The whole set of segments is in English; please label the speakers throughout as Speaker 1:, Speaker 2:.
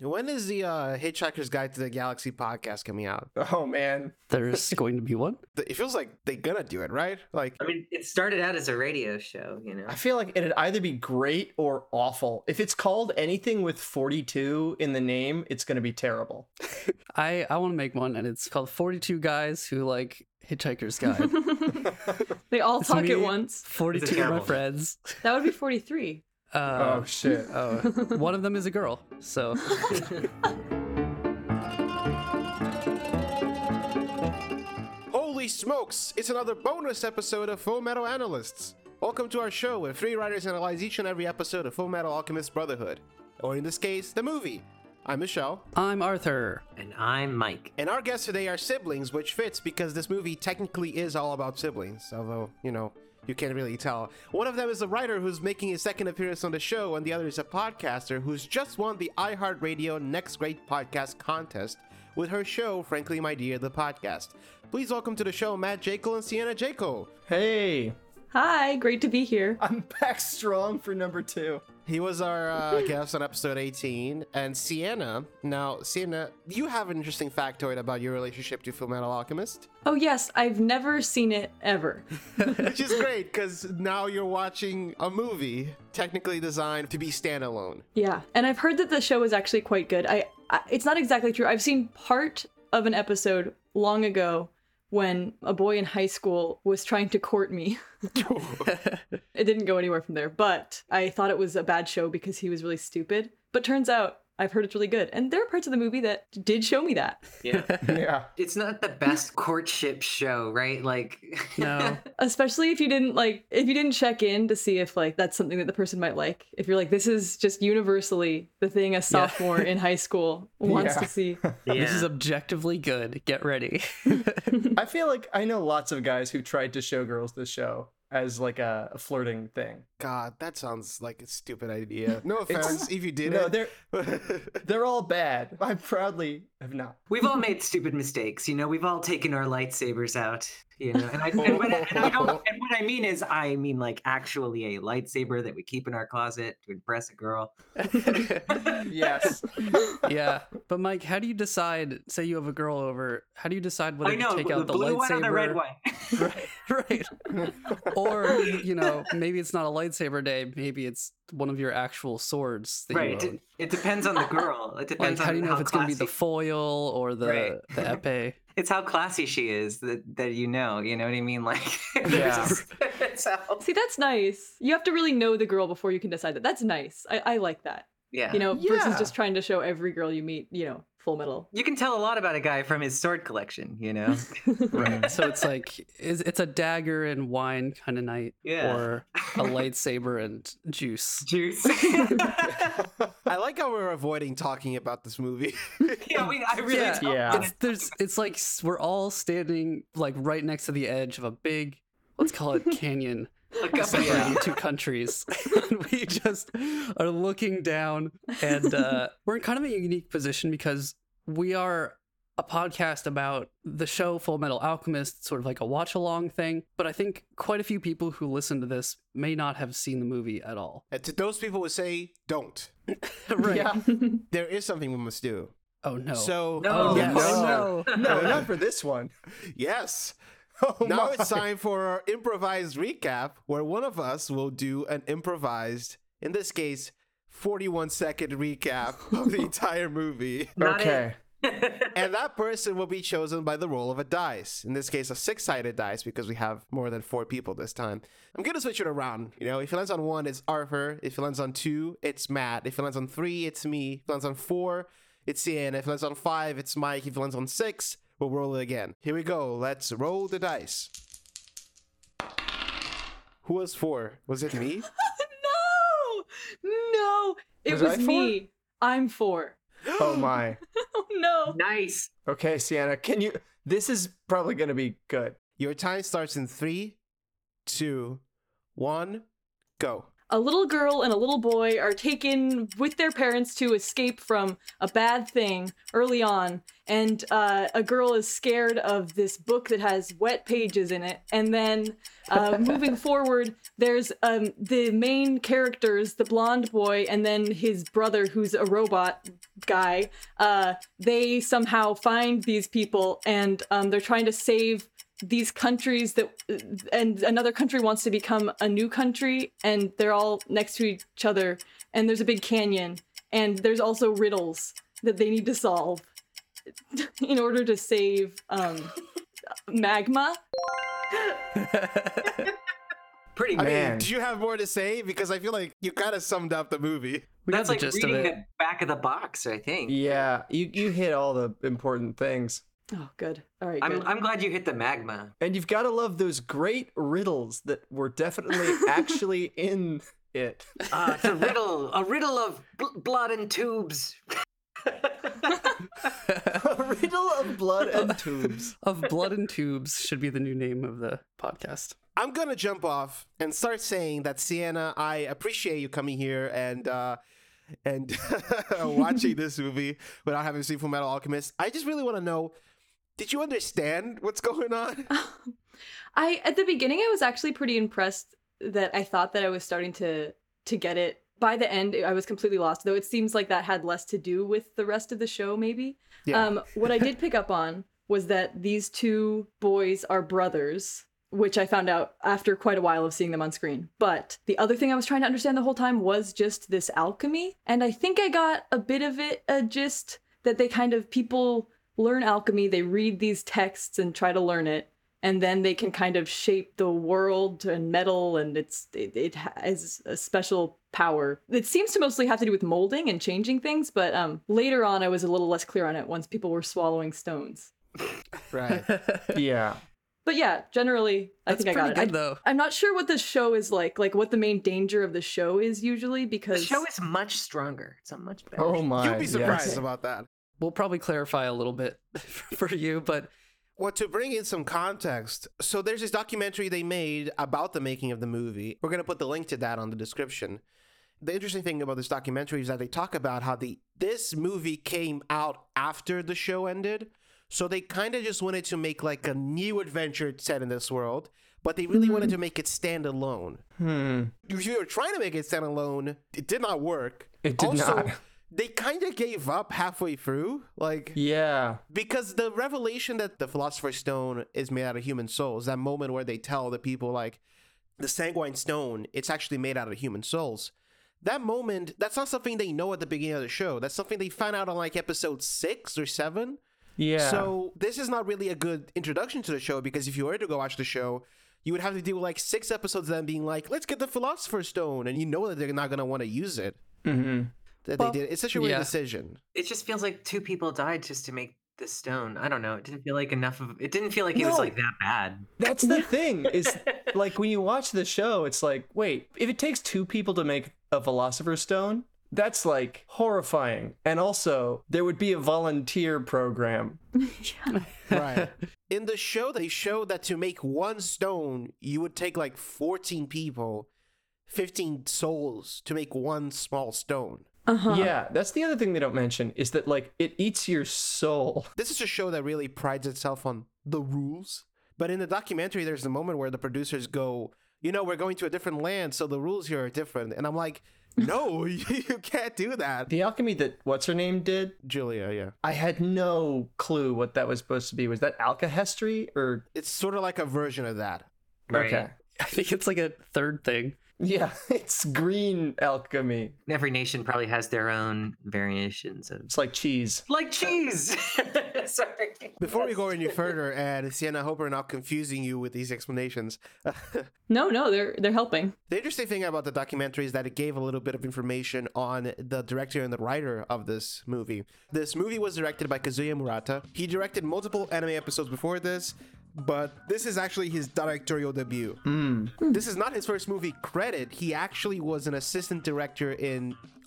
Speaker 1: When is the uh, Hitchhiker's Guide to the Galaxy podcast coming out?
Speaker 2: Oh man,
Speaker 3: There's going to be one.
Speaker 1: It feels like they gonna do it, right? Like
Speaker 4: I mean, it started out as a radio show, you know.
Speaker 2: I feel like it'd either be great or awful. If it's called anything with 42 in the name, it's going to be terrible.
Speaker 3: I I want to make one, and it's called Forty Two Guys Who Like Hitchhiker's Guide.
Speaker 5: they all
Speaker 3: It's
Speaker 5: talk
Speaker 3: me.
Speaker 5: at once.
Speaker 3: Forty
Speaker 4: It's
Speaker 3: two of my
Speaker 4: terrible.
Speaker 3: friends.
Speaker 5: That would be 43.
Speaker 3: Uh,
Speaker 2: oh shit.
Speaker 3: oh, one of them is a girl. So
Speaker 1: Holy smokes! It's another bonus episode of Full Metal Analysts. Welcome to our show where three writers analyze each and every episode of Full Metal Alchemist Brotherhood, or in this case, the movie. I'm Michelle,
Speaker 3: I'm Arthur.
Speaker 4: and I'm Mike.
Speaker 1: and our guests today are siblings, which fits because this movie technically is all about siblings, although, you know, you can't really tell. One of them is a writer who's making his second appearance on the show, and the other is a podcaster who's just won the iHeartRadio Next Great Podcast contest with her show, Frankly My Dear, the podcast. Please welcome to the show Matt Jekyll and Sienna Jekyll.
Speaker 2: Hey,
Speaker 5: Hi, great to be here.
Speaker 2: I'm back strong for number 2.
Speaker 1: He was our uh, guest on episode 18. And Sienna, now, Sienna, you have an interesting factoid about your relationship to Fullmetal Alchemist,
Speaker 5: Oh, yes, I've never seen it ever.
Speaker 1: which is great because now you're watching a movie technically designed to be standalone.
Speaker 5: Yeah, and I've heard that the show is actually quite good. I, I it's not exactly true. I've seen part of an episode long ago when a boy in high school was trying to court me. it didn't go anywhere from there, but I thought it was a bad show because he was really stupid. But turns out I've heard it's really good. And there are parts of the movie that did show me that.
Speaker 4: Yeah.
Speaker 2: Yeah.
Speaker 4: It's not the best courtship show, right? Like
Speaker 3: No.
Speaker 5: Especially if you didn't like if you didn't check in to see if like that's something that the person might like. If you're like this is just universally the thing a sophomore in high school wants
Speaker 2: Yeah.
Speaker 5: to see.
Speaker 3: This is
Speaker 4: Yeah.
Speaker 3: objectively good. Get ready.
Speaker 2: I feel like I know lots of guys who tried to show girls this show as like a, a flirting thing.
Speaker 1: God, that sounds like a stupid idea. No offense if you did
Speaker 2: No,
Speaker 1: it.
Speaker 2: they're they're all bad. I proudly have not.
Speaker 4: We've all made stupid mistakes, you know. We've all taken our lightsabers out, you know. And I, and what, I- and I don't, and what I mean is, I mean like actually a lightsaber that we keep in our closet to impress a girl.
Speaker 2: Yes.
Speaker 3: yeah, but Mike, how do you decide? Say you have a girl over. How do you decide whether
Speaker 4: I know
Speaker 3: to take
Speaker 4: the
Speaker 3: out the
Speaker 4: blue
Speaker 3: lightsaber
Speaker 4: one or the red one.
Speaker 3: right or you know maybe it's not a lightsaber day maybe it's one of your actual swords that
Speaker 4: right.
Speaker 3: you
Speaker 4: It, it depends on the girl. It
Speaker 3: own. like
Speaker 4: depends
Speaker 3: how
Speaker 4: on
Speaker 3: do you know
Speaker 4: how
Speaker 3: if it's going to be the
Speaker 4: classy
Speaker 3: foil or the
Speaker 4: Right.
Speaker 3: the epee
Speaker 4: it's how classy she is that, that you know you know what i mean like
Speaker 2: Yeah.
Speaker 4: there's- it's how-
Speaker 5: See, that's nice. You have to really know the girl before you can decide that. That's nice. I, I like that.
Speaker 4: yeah you,
Speaker 5: You know,
Speaker 2: Yeah.
Speaker 5: versus just trying to show every girl you meet, you know, full metal.
Speaker 4: can tell a lot about a guy from his sword collection you know
Speaker 2: Right.
Speaker 3: so it's like is it's a dagger and wine kind of night
Speaker 4: Yeah.
Speaker 3: or a lightsaber and juice
Speaker 4: juice
Speaker 1: I like how we're avoiding talking about this movie.
Speaker 4: yeah we, i really
Speaker 3: Yeah.
Speaker 4: don't
Speaker 2: Yeah.
Speaker 4: wanna-
Speaker 3: it's there's it's like s- we're all standing like right next to the edge of a big let's call it canyon
Speaker 4: look up
Speaker 3: separating
Speaker 4: yeah.
Speaker 3: two countries. and we just are looking down, and uh, we're in kind of a unique position because we are a podcast about the show Full Metal Alchemist, sort of like a watch along thing. But I think quite a few people who listen to this may not have seen the movie at all.
Speaker 1: and to those people who say, don't,
Speaker 3: right?
Speaker 2: Yeah.
Speaker 1: there is something we must do.
Speaker 3: Oh no.
Speaker 1: So,
Speaker 4: No.
Speaker 3: Oh
Speaker 4: Yes.
Speaker 3: no.
Speaker 2: No, not for this one.
Speaker 1: yes.
Speaker 2: Oh
Speaker 1: now
Speaker 2: my.
Speaker 1: it's time for our improvised recap, where one of us will do an improvised, in this case, 41 second recap of the entire movie.
Speaker 4: Not it.
Speaker 2: Okay.
Speaker 1: And that person will be chosen by the roll of a dice. In this case, a six sided dice, because we have more than four people this time. I'm going to switch it around. You know, if it lands on one, it's Arthur. If it lands on two, it's Matt. If it lands on three, it's me. If it lands on four, it's Sienna. If it lands on five, it's Mike. If it lands on six, we'll roll it again. Here we go. Let's roll the dice. Who was four? Was it me?
Speaker 5: no! No! It
Speaker 2: Was
Speaker 5: was,
Speaker 2: I four?
Speaker 5: me. I'm four.
Speaker 2: Oh my.
Speaker 5: Oh no.
Speaker 4: nice
Speaker 2: Okay, Sienna, can you? This is probably going to be good.
Speaker 1: Your time starts in three, two, one, go.
Speaker 5: a little girl and a little boy are taken with their parents to escape from a bad thing early on, and uh, a girl is scared of this book that has wet pages in it. And then uh, moving forward, there's um, the main characters, the blonde boy, and then his brother, who's a robot guy. Uh, they somehow find these people, and um, they're trying to save these countries that and another country wants to become a new country and they're all next to each other and there's a big canyon and there's also riddles that they need to solve in order to save um magma
Speaker 4: Pretty
Speaker 1: I
Speaker 4: man.
Speaker 1: mean, do you have more to say? Because I feel like you kind of summed up the movie.
Speaker 3: We got
Speaker 4: That's
Speaker 3: the
Speaker 4: like
Speaker 3: gist of
Speaker 4: reading
Speaker 3: it.
Speaker 4: the back of the box, I think.
Speaker 2: Yeah, you you hit all the important things.
Speaker 5: oh good all right
Speaker 4: I'm,
Speaker 5: good.
Speaker 4: I'm glad you hit the magma.
Speaker 2: And you've got to love those great riddles that were definitely actually in it.
Speaker 4: Ah, it's a riddle, a riddle of bl- blood and tubes.
Speaker 2: A riddle of blood and tubes.
Speaker 3: of blood and tubes should be the new name of the podcast.
Speaker 1: I'm gonna jump off and start saying that Sienna, I appreciate you coming here and uh and watching this movie without having seen Full Metal Alchemist. I just really want to know, did you understand what's going on?
Speaker 5: I at the beginning I was actually pretty impressed that I thought that I was starting to to get it. By the end, I was completely lost. Though it seems like that had less to do with the rest of the show, maybe.
Speaker 1: Yeah.
Speaker 5: Um, what I did pick up on was that these two boys are brothers, which I found out after quite a while of seeing them on screen. But the other thing I was trying to understand the whole time was just this alchemy, and I think I got a bit of it, a gist that they kind of people learn alchemy, they read these texts and try to learn it, and then they can kind of shape the world and metal and it's it, it has a special power it seems to mostly have to do with molding and changing things but um later on i was a little less clear on it once people were swallowing stones
Speaker 1: Right.
Speaker 2: Yeah.
Speaker 5: but yeah generally i
Speaker 3: That's
Speaker 5: think i got
Speaker 3: pretty
Speaker 5: it
Speaker 3: good
Speaker 5: I,
Speaker 3: though.
Speaker 5: i'm not sure what the show is like like what the main danger of the show is usually
Speaker 4: The
Speaker 5: because
Speaker 4: show is much stronger. It's a much better.
Speaker 2: Oh my.
Speaker 1: You'd be surprised
Speaker 2: yes.
Speaker 1: about that.
Speaker 3: We'll probably clarify a little bit for you, but
Speaker 1: Well, to bring in some context, so there's this documentary they made about the making of the movie. We're going to put the link to that on the description. The interesting thing about this documentary is that they talk about how the this movie came out after the show ended. So they kind of just wanted to make like a new adventure set in this world, but they really wanted to make it stand alone.
Speaker 2: Hmm.
Speaker 1: If you were trying to make it stand alone, it did not work.
Speaker 2: It did
Speaker 1: also,
Speaker 2: not.
Speaker 1: They kind of gave up halfway through. Like
Speaker 2: Yeah.
Speaker 1: because the revelation that the philosopher's stone is made out of human souls that moment where they tell the people like the sanguine stone it's actually made out of human souls that moment that's not something they know at the beginning of the show that's something they find out on like episode six or seven
Speaker 2: Yeah.
Speaker 1: so this is not really a good introduction to the show because if you were to go watch the show you would have to deal with like six episodes of them being like let's get the philosopher's stone and you know that they're not going to want to use it
Speaker 2: hmm
Speaker 1: that
Speaker 5: Well,
Speaker 1: they did it's such a weird
Speaker 3: yeah.
Speaker 1: decision
Speaker 4: It just feels like two people died just to make the stone. I don't know. It didn't feel like enough of. It didn't feel like it was
Speaker 2: No.
Speaker 4: like that bad.
Speaker 2: That's the thing is like when you watch the show, it's like, wait, if it takes two people to make a Philosopher's Stone, that's like horrifying. And also, there would be a volunteer program.
Speaker 1: Right. In the show, they showed that to make one stone, you would take like 14 people, 15 souls to make one small stone.
Speaker 5: uh-huh
Speaker 2: Yeah, that's the other thing they don't mention is that like it eats your soul.
Speaker 1: This is a show that really prides itself on the rules. But in the documentary, there's a moment where the producers go, you know, we're going to a different land, so the rules here are different. And I'm like, no, you can't do that.
Speaker 2: The alchemy that what's her name did,
Speaker 1: Julia, yeah.
Speaker 2: I had no clue what that was supposed to be. Was that alkahestry or
Speaker 1: It's sort of like a version of that.
Speaker 4: Right.
Speaker 2: okay?
Speaker 3: I think it's like a third thing.
Speaker 2: Yeah, it's green alchemy.
Speaker 4: Every nation probably has their own variations of
Speaker 2: It's like cheese.
Speaker 4: like cheese. Sorry.
Speaker 1: Before we go any further, and Sienna, I hope we're not confusing you with these explanations.
Speaker 5: no no they're they're helping
Speaker 1: The interesting thing about the documentary is that it gave a little bit of information on the director and the writer of this movie. This movie was directed by Kazuya Murata. He directed multiple anime episodes before this, but this is actually his directorial debut. This is not his first movie credit. He actually was an assistant director in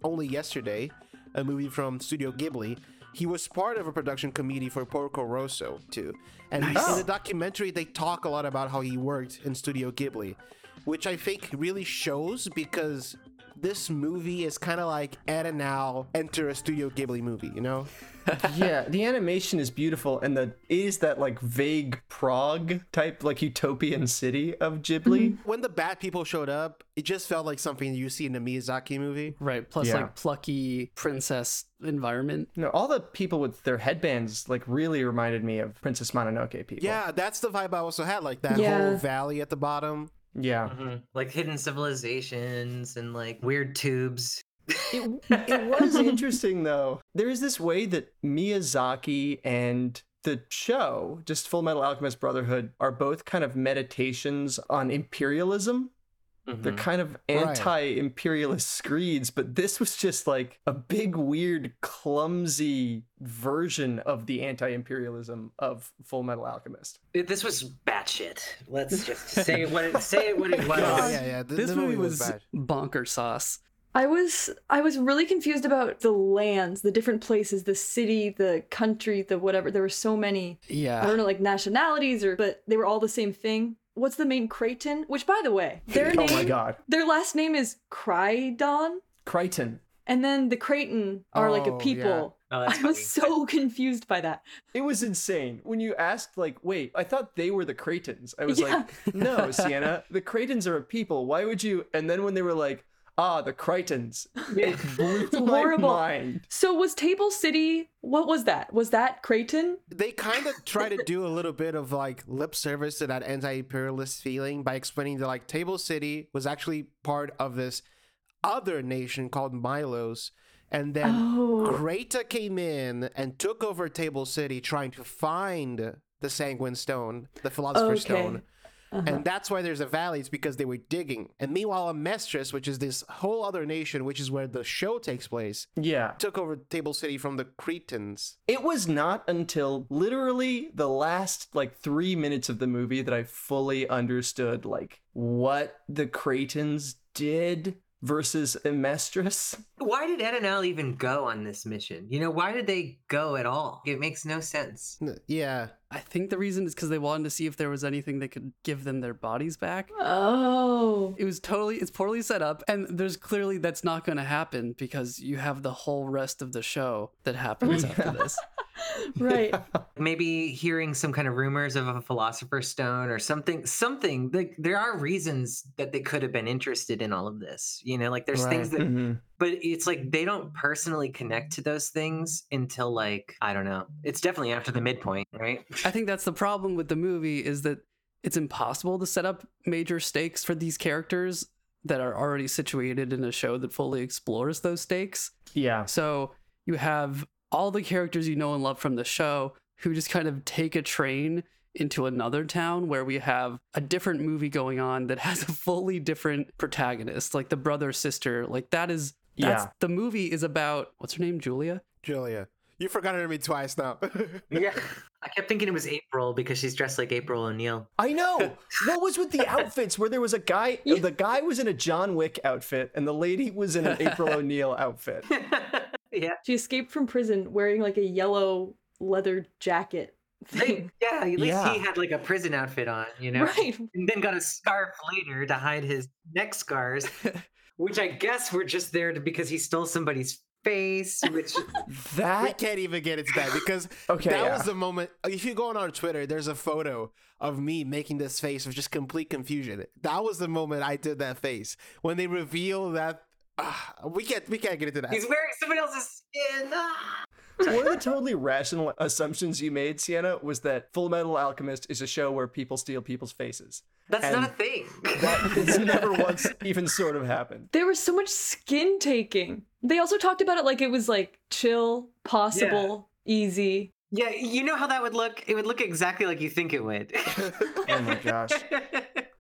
Speaker 1: Only Yesterday, a movie from Studio Ghibli. He was part of a production committee for Porco Rosso too. And in the documentary, they talk a lot about how he worked in Studio Ghibli. which I think really shows because this movie is kind of like Anna now enter a Studio Ghibli movie, you know?
Speaker 2: yeah, the animation is beautiful, and the it is that like vague Prague type, like utopian city of Ghibli.
Speaker 1: When the bad people showed up, it just felt like something you see in a Miyazaki movie.
Speaker 3: Right. Plus,
Speaker 2: Yeah.
Speaker 3: like plucky princess environment.
Speaker 2: No, all the people with their headbands like really reminded me of Princess Mononoke people.
Speaker 1: Yeah, that's the vibe I also had, like that
Speaker 5: Yeah.
Speaker 1: whole valley at the bottom.
Speaker 2: yeah.
Speaker 1: Mm-hmm.
Speaker 4: Like hidden civilizations and like weird tubes.
Speaker 2: It, it was interesting though. There is this way that Miyazaki and the show, just Full Metal Alchemist Brotherhood, are both kind of meditations on imperialism.
Speaker 1: Mm-hmm.
Speaker 2: They're
Speaker 4: Mm-hmm.
Speaker 2: kind of
Speaker 1: Right.
Speaker 2: anti-imperialist screeds, but this was just like a big, weird, clumsy version of the anti-imperialism of Full Metal Alchemist.
Speaker 4: It- This was batshit. Let's just say what it say it what it was.
Speaker 1: Yeah, yeah, yeah. th-
Speaker 3: This
Speaker 1: the
Speaker 3: movie was,
Speaker 1: bad.
Speaker 3: bonker sauce.
Speaker 5: I was I was really confused about the lands, the different places, the city, the country, the whatever. There were so many. I
Speaker 3: Yeah.
Speaker 5: don't know, like nationalities or but they were all the same thing. What's the main Creighton? Which by the way, their
Speaker 2: oh
Speaker 5: name
Speaker 2: my god,
Speaker 5: their last name is Crydon.
Speaker 2: Crichton.
Speaker 5: And then the Creighton are like a
Speaker 1: Oh,
Speaker 5: people.
Speaker 4: Oh, that's
Speaker 5: I was
Speaker 4: funny.
Speaker 5: so confused by that.
Speaker 2: It was insane. When you asked, like, wait, I thought they were the Cretans. I was
Speaker 5: Yeah.
Speaker 2: like, no, Sienna, the Cretans are a people. Why would you? And then when they were like, ah, the Cretans, it blew my
Speaker 5: horrible.
Speaker 2: mind.
Speaker 5: So was Table City what was that? Was that Creighton?
Speaker 1: They kind of try to do a little bit of like lip service to that anti-imperialist feeling by explaining that like Table City was actually part of this other nation called Milos, and then
Speaker 5: Oh.
Speaker 1: Greta came in and took over Table City, trying to find the Sanguine Stone, the Philosopher's
Speaker 5: Okay. Uh-huh.
Speaker 1: Stone. And that's why there's a valley, it's because they were digging. And meanwhile, Amestris, which is this whole other nation, which is where the show takes place,
Speaker 2: Yeah.
Speaker 1: took over Table City from the Cretans.
Speaker 2: It was not until literally the last, like, three minutes of the movie that I fully understood, like, what the Cretans did versus Amestris.
Speaker 4: Why did Ed and Al even go on this mission? You know, why did they go at all? It makes no sense.
Speaker 1: N- Yeah.
Speaker 3: I think the reason is because they wanted to see if there was anything that could give them their bodies back.
Speaker 5: Oh.
Speaker 3: It was totally, it's poorly set up, and there's clearly that's not going to happen because you have the whole rest of the show that happens after this.
Speaker 5: Right.
Speaker 4: Maybe hearing some kind of rumors of a philosopher's stone or something, something like there are reasons that they could have been interested in all of this. You know, like there's things that,
Speaker 2: Mm-hmm.
Speaker 4: but it's like they don't personally connect to those things until like, I don't know. It's definitely after the midpoint, right?
Speaker 3: I think that's the problem with the movie is that it's impossible to set up major stakes for these characters that are already situated in a show that fully explores those stakes.
Speaker 2: Yeah.
Speaker 3: So you have all the characters you know and love from the show who just kind of take a train into another town where we have a different movie going on that has a fully different protagonist, like the brother sister. Like that is that's
Speaker 2: Yeah.
Speaker 3: the movie is about what's her name, Julia?
Speaker 1: Julia, you forgot her name twice now.
Speaker 4: Yeah. I kept thinking it was April because she's dressed like April O'Neil.
Speaker 2: I know. What was with the outfits? Where there was a guy, the guy was in a John Wick outfit, and the lady was in an April O'Neil outfit.
Speaker 4: yeah.
Speaker 5: She escaped from prison wearing like a yellow leather jacket
Speaker 4: They-
Speaker 5: thing.
Speaker 4: yeah. At least
Speaker 2: Yeah.
Speaker 4: he had like a prison outfit on, you know?
Speaker 5: Right.
Speaker 4: and then got a scarf later to hide his neck scars, which I guess were just there to, because he stole somebody's face. Which
Speaker 1: I
Speaker 2: That
Speaker 1: can't even get into that because
Speaker 2: Okay,
Speaker 1: that
Speaker 2: yeah.
Speaker 1: was the moment. If you go on our Twitter, there's a photo of me making this face of just complete confusion. That was the moment I did that face when they reveal that. ah, we can't. We can't get into that.
Speaker 4: he's wearing somebody else's skin. Ah!
Speaker 2: one of the totally rational assumptions you made, Sienna, was that Full Metal Alchemist is a show where people steal people's faces.
Speaker 4: That's not a
Speaker 2: And-
Speaker 4: thing.
Speaker 2: That it's never once even sort of happened.
Speaker 5: There was so much skin taking. They also talked about it like it was like chill, possible, easy.
Speaker 4: yeah, you know how that would look. It would look exactly like you think it would.
Speaker 2: Oh my gosh.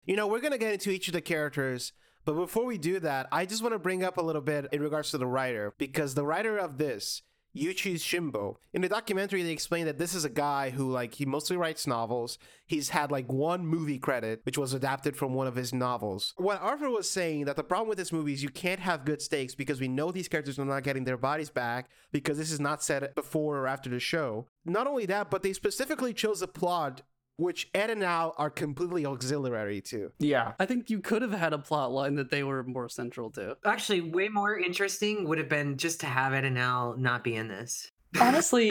Speaker 1: You know, we're going to get into each of the characters, but before we do that, I just want to bring up a little bit in regards to the writer, because the writer of this, Yuichi Shimbo, in the documentary, they explain that this is a guy who, like, he mostly writes novels. He's had, like, one movie credit, which was adapted from one of his novels. What Arthur was saying that the problem with this movie is you can't have good stakes because we know these characters are not getting their bodies back because this is not said before or after the show. Not only that, but they specifically chose a plot which Ed and Al are completely auxiliary to.
Speaker 2: Yeah.
Speaker 3: I think you could have had a plot line that they were more central to.
Speaker 4: Actually, way more interesting would have been just to have Ed and Al not be in this.
Speaker 5: Honestly,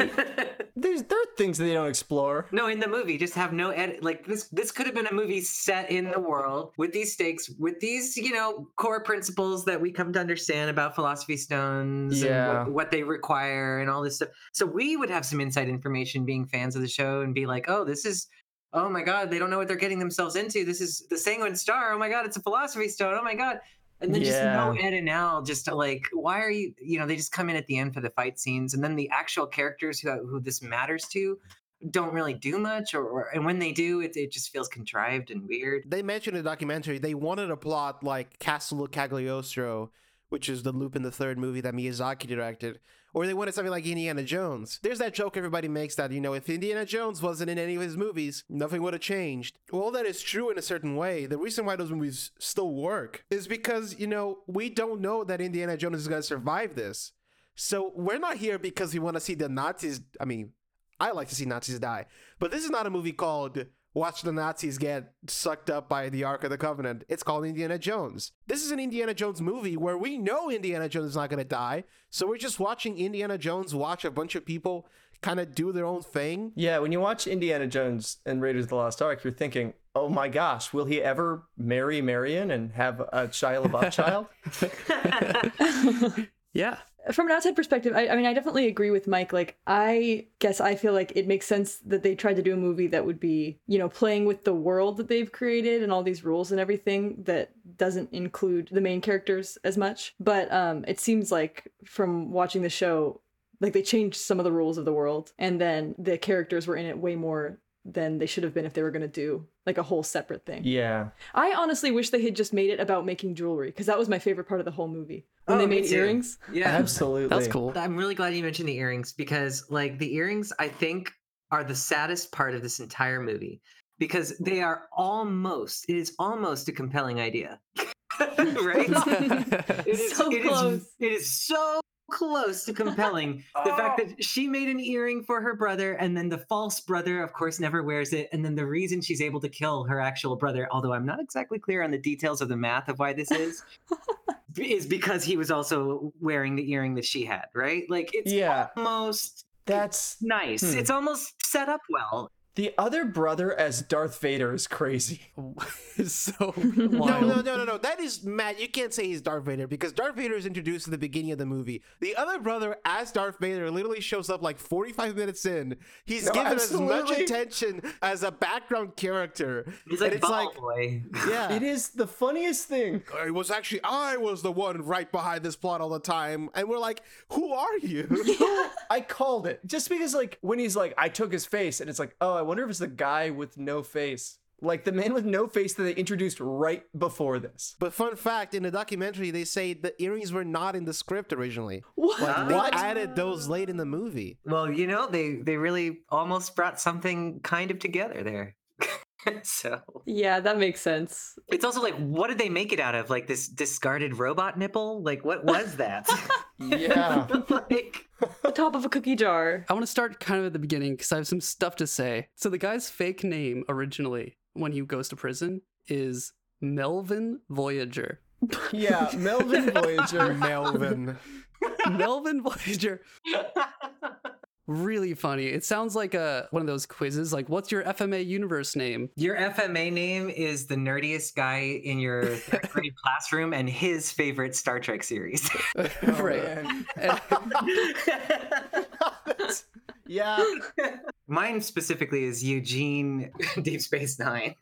Speaker 2: There's there are things that they don't explore.
Speaker 4: No, in the movie, just have no edit. Like this, this could have been a movie set in the world with these stakes, with these you know core principles that we come to understand about philosophy stones
Speaker 2: Yeah.
Speaker 4: and what, what they require and all this stuff. So we would have some inside information, being fans of the show, and be like, oh, this is. Oh my God! They don't know what they're getting themselves into. This is the Sanguine Star. Oh my God! It's a philosophy stone. Oh my God! And then just no Ed and Al, just to, like, why are you? You know, they just come in at the end for the fight scenes, and then the actual characters who who this matters to don't really do much, or, or and when they do, it it just feels contrived and weird.
Speaker 1: They mentioned in the documentary they wanted a plot like Castle of Cagliostro, which is the Lupin the Third movie that Miyazaki directed, or they wanted something like Indiana Jones. There's that joke everybody makes that, you know, if Indiana Jones wasn't in any of his movies, nothing would have changed. Well, that is true in a certain way. The reason why those movies still work is because, you know, we don't know that Indiana Jones is going to survive this. So we're not here because we want to see the Nazis. I mean, I like to see Nazis die, but this is not a movie called Watch the Nazis Get Sucked Up by the Ark of the Covenant. It's called Indiana Jones. This is an Indiana Jones movie where we know Indiana Jones is not going to die, so we're just watching Indiana Jones watch a bunch of people kind of do their own thing.
Speaker 2: Yeah, when you watch Indiana Jones and Raiders of the Lost Ark, you're thinking, "Oh my gosh, will he ever marry Marion and have a Shia LaBeouf child?"
Speaker 3: Yeah.
Speaker 5: from an outside perspective, I, I mean, I definitely agree with Mike. Like, I guess I feel like it makes sense that they tried to do a movie that would be, you know, playing with the world that they've created and all these rules and everything that doesn't include the main characters as much. But um, it seems like from watching the show, like they changed some of the rules of the world, and then the characters were in it way more than they should have been if they were going to do like a whole separate thing.
Speaker 2: yeah.
Speaker 5: I honestly wish they had just made it about making jewelry because that was my favorite part of the whole movie
Speaker 4: Oh,
Speaker 5: when they
Speaker 4: me
Speaker 5: made
Speaker 4: too.
Speaker 5: earrings.
Speaker 4: Yeah,
Speaker 2: Absolutely.
Speaker 3: That's cool.
Speaker 4: I'm really glad you mentioned the earrings because, like, the earrings I think are the saddest part of this entire movie because they are almost it is almost a compelling idea, right? It is,
Speaker 5: So
Speaker 4: it is-
Speaker 5: close.
Speaker 4: it is so close to compelling. the fact
Speaker 1: Oh.
Speaker 4: that she made an earring for her brother, and then the false brother, of course, never wears it. And then the reason she's able to kill her actual brother, although I'm not exactly clear on the details of the math of why this is, is because he was also wearing the earring that she had, right? Like it's
Speaker 2: Yeah.
Speaker 4: almost
Speaker 2: That's
Speaker 4: nice.
Speaker 2: Hmm.
Speaker 4: It's almost set up well.
Speaker 2: the other brother as Darth Vader is crazy.
Speaker 3: It's so
Speaker 1: No,
Speaker 3: wild.
Speaker 1: no, no, no, no. That is Matt. You can't say he's Darth Vader because Darth Vader is introduced at the beginning of the movie. The other brother, as Darth Vader, literally shows up like 45 minutes in. He's
Speaker 2: No,
Speaker 1: given as much
Speaker 2: absolutely.
Speaker 1: attention as a background character.
Speaker 4: He's like,
Speaker 1: and it's
Speaker 4: ball
Speaker 1: like,
Speaker 4: boy.
Speaker 1: yeah.
Speaker 2: It is the funniest thing.
Speaker 1: it was actually I was the one right behind this plot all the time, and we're like, who are you?
Speaker 2: I called it just because, like, when he's like, I took his face, and it's like, oh, I wonder if it's the guy with no face, like the man with no face that they introduced right before this.
Speaker 1: but fun fact, in the documentary, they say the earrings were not in the script originally.
Speaker 5: What?
Speaker 1: Like they
Speaker 2: What?
Speaker 1: added those late in the movie.
Speaker 4: Well, you know, they they really almost brought something kind of together there. so
Speaker 5: Yeah, that makes sense.
Speaker 4: it's also like, what did they make it out of? Like this discarded robot nipple? Like what was that?
Speaker 2: Yeah,
Speaker 4: like
Speaker 5: The top of a cookie jar.
Speaker 3: I want to start kind of at the beginning because I have some stuff to say. So the guy's fake name originally, when he goes to prison, is Melvin Voyager.
Speaker 2: yeah. Melvin Voyager.
Speaker 1: Melvin.
Speaker 3: Melvin Voyager. Really funny. It sounds like a one of those quizzes, like what's your FMA universe name?
Speaker 4: your FMA name is the nerdiest guy in your third grade classroom and his favorite Star Trek series.
Speaker 3: right. And-
Speaker 2: Yeah.
Speaker 4: Mine specifically is Eugene Deep Space Nine.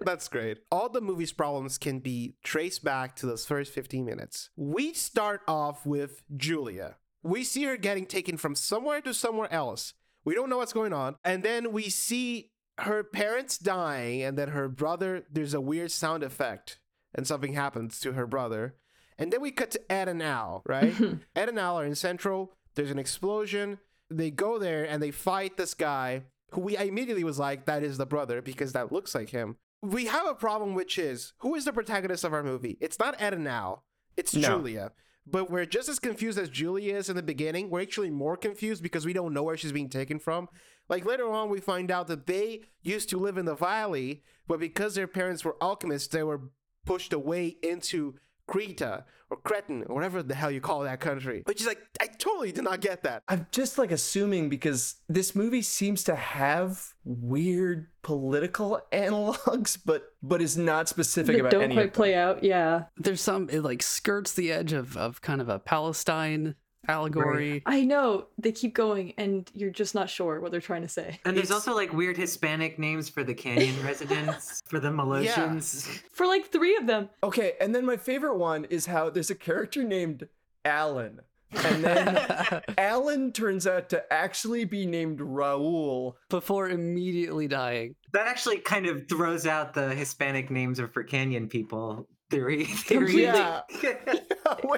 Speaker 1: That's great. All the movie's problems can be traced back to those first 15 minutes. We start off with Julia. We see her getting taken from somewhere to somewhere else. We don't know what's going on. And then we see her parents dying, and then her brother, there's a weird sound effect, and something happens to her brother. And then we cut to Ed and Al, right? Ed and Al are in Central. There's an explosion. They go there and they fight this guy who we I immediately was like, that is the brother because that looks like him. We have a problem, which is who is the protagonist of our movie? It's not Ed and Al, it's
Speaker 2: No.
Speaker 1: Julia. but we're just as confused as Julie is in the beginning. We're actually more confused because we don't know where she's being taken from. Like later on, we find out that they used to live in the valley, but because their parents were alchemists, they were pushed away into Creta or Cretan or whatever the hell you call that country. Which is like, I totally did not get that.
Speaker 2: I'm just like assuming because this movie seems to have weird political analogs, but but is not specific
Speaker 5: That
Speaker 2: about
Speaker 5: don't
Speaker 2: any
Speaker 5: quite
Speaker 2: of them.
Speaker 5: play out. Yeah,
Speaker 3: There's some it like skirts the edge of of kind of a Palestine allegory.
Speaker 5: I know they keep going, and you're just not sure what they're trying to say.
Speaker 4: And there's
Speaker 3: It's-
Speaker 4: also like weird Hispanic names for the canyon residents, for the Malotians.
Speaker 5: For like three of them,
Speaker 2: Okay, and then my favorite one is how there's a character named Alan. And then Alan turns out to actually be named Raul.
Speaker 3: before immediately dying.
Speaker 4: That actually kind of throws out the Hispanic names of for canyon people theory. theory.
Speaker 2: Yeah.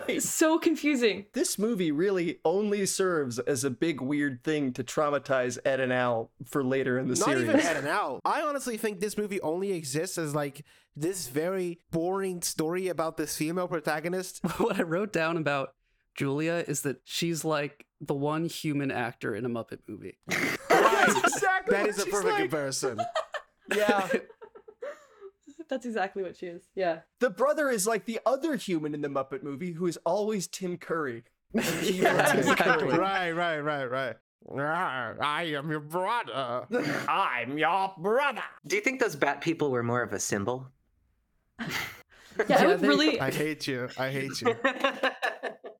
Speaker 2: Wait.
Speaker 5: so confusing.
Speaker 2: This movie really only serves as a big weird thing to traumatize Ed and Al for later in the
Speaker 1: Not
Speaker 2: series.
Speaker 1: even at an out. I honestly think this movie only exists as like this very boring story about this female protagonist.
Speaker 3: What I wrote down about Julia is that she's like the one human actor in a Muppet movie.
Speaker 2: That's exactly
Speaker 1: That
Speaker 2: what
Speaker 1: is a
Speaker 2: she's
Speaker 1: perfect
Speaker 2: like.
Speaker 1: comparison.
Speaker 2: Yeah.
Speaker 5: That's exactly what she is. Yeah.
Speaker 2: The brother is like the other human in the Muppet movie who is always Tim Curry.
Speaker 3: exactly.
Speaker 1: right, right, right, right. Rawr, I am your brother. I'm your brother.
Speaker 4: Do you think those bat people were more of a symbol?
Speaker 5: Yeah, I
Speaker 3: Yeah,
Speaker 5: would
Speaker 3: they-
Speaker 5: really.
Speaker 1: I hate you. I hate you.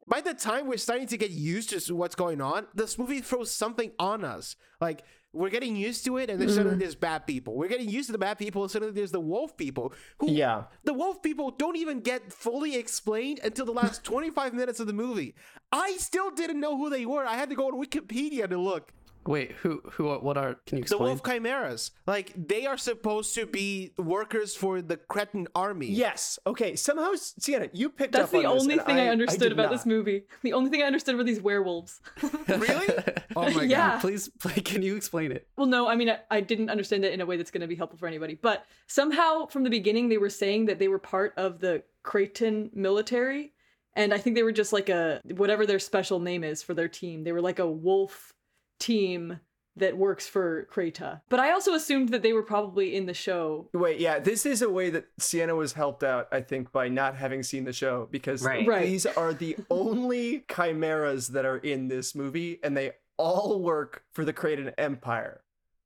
Speaker 1: By the time we're starting to get used to what's going on, this movie throws something on us. Like we're getting used to it, and then suddenly there's bad people. We're getting used to the bad people, and suddenly there's the wolf people. Who
Speaker 2: Yeah.
Speaker 1: the wolf people don't even get fully explained until the last 25 minutes of the movie. I still didn't know who they were. I had to go on Wikipedia to look.
Speaker 3: Wait, who who what are can
Speaker 1: The
Speaker 3: you explain?
Speaker 1: wolf chimeras, like they are supposed to be workers for the Cretan army.
Speaker 2: Yes. Okay. Somehow, Sienna, you picked
Speaker 5: That's
Speaker 2: up
Speaker 5: the
Speaker 2: on this,
Speaker 5: only
Speaker 2: and
Speaker 5: thing I,
Speaker 2: did
Speaker 5: understood about this
Speaker 2: not.
Speaker 5: movie. The only thing I understood were these werewolves.
Speaker 1: really? Oh my god.
Speaker 5: yeah.
Speaker 3: Please, please can you explain it?
Speaker 5: Well, no, I mean, I, I didn't understand it in a way that's going to be helpful for anybody. But somehow, from the beginning, they were saying that they were part of the Creighton military. And I think they were just like a, whatever their special name is for their team, they were like a wolf team that works for Kreta. But I also assumed that they were probably in the show.
Speaker 2: Wait, yeah, this is a way that Sienna was helped out, I think, by not having seen the show because
Speaker 4: Right.
Speaker 5: Right.
Speaker 2: these are the only chimeras that are in this movie, and they all work for the Kraton Empire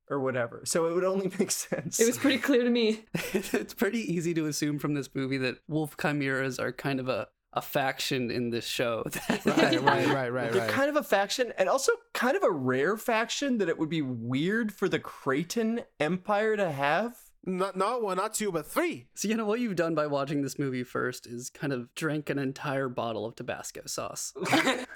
Speaker 2: or whatever. So it would only make sense.
Speaker 5: It was pretty clear to me.
Speaker 3: it's pretty easy to assume from this movie that wolf chimeras are kind of a, a faction in this show.
Speaker 1: Right, right, right, right,
Speaker 2: They're
Speaker 1: right.
Speaker 2: kind of a faction, and also kind of a rare faction that it would be weird for the Kraton Empire to have.
Speaker 1: Not, not one, not two, but three.
Speaker 3: so you know what you've done by watching this movie first is kind of drink an entire bottle of Tabasco sauce. like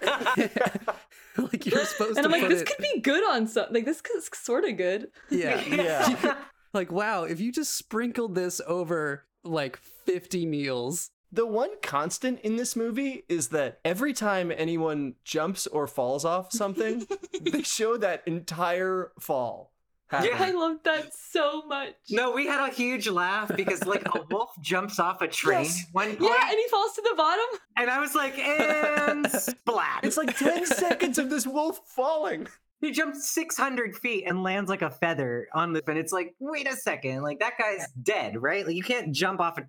Speaker 3: you're supposed to
Speaker 5: And I'm like,
Speaker 3: put
Speaker 5: this
Speaker 3: it-
Speaker 5: could be good on some. Like, this is sort of good.
Speaker 3: yeah.
Speaker 2: Yeah.
Speaker 3: Like wow, if you just sprinkled this over like 50 meals.
Speaker 2: The one constant in this movie is that every time anyone jumps or falls off something, they show that entire fall. happen.
Speaker 4: Yeah.
Speaker 5: I loved that so much.
Speaker 4: no, we had a huge laugh because like a wolf jumps off a train
Speaker 2: Yes.
Speaker 4: one point,
Speaker 5: Yeah, and he falls to the bottom.
Speaker 4: and I was like, and splat.
Speaker 2: It's like 10 seconds of this wolf falling.
Speaker 4: He jumped 600 feet and lands like a feather on the. And it's like, wait a second, like that guy's dead, right? Like you can't jump off a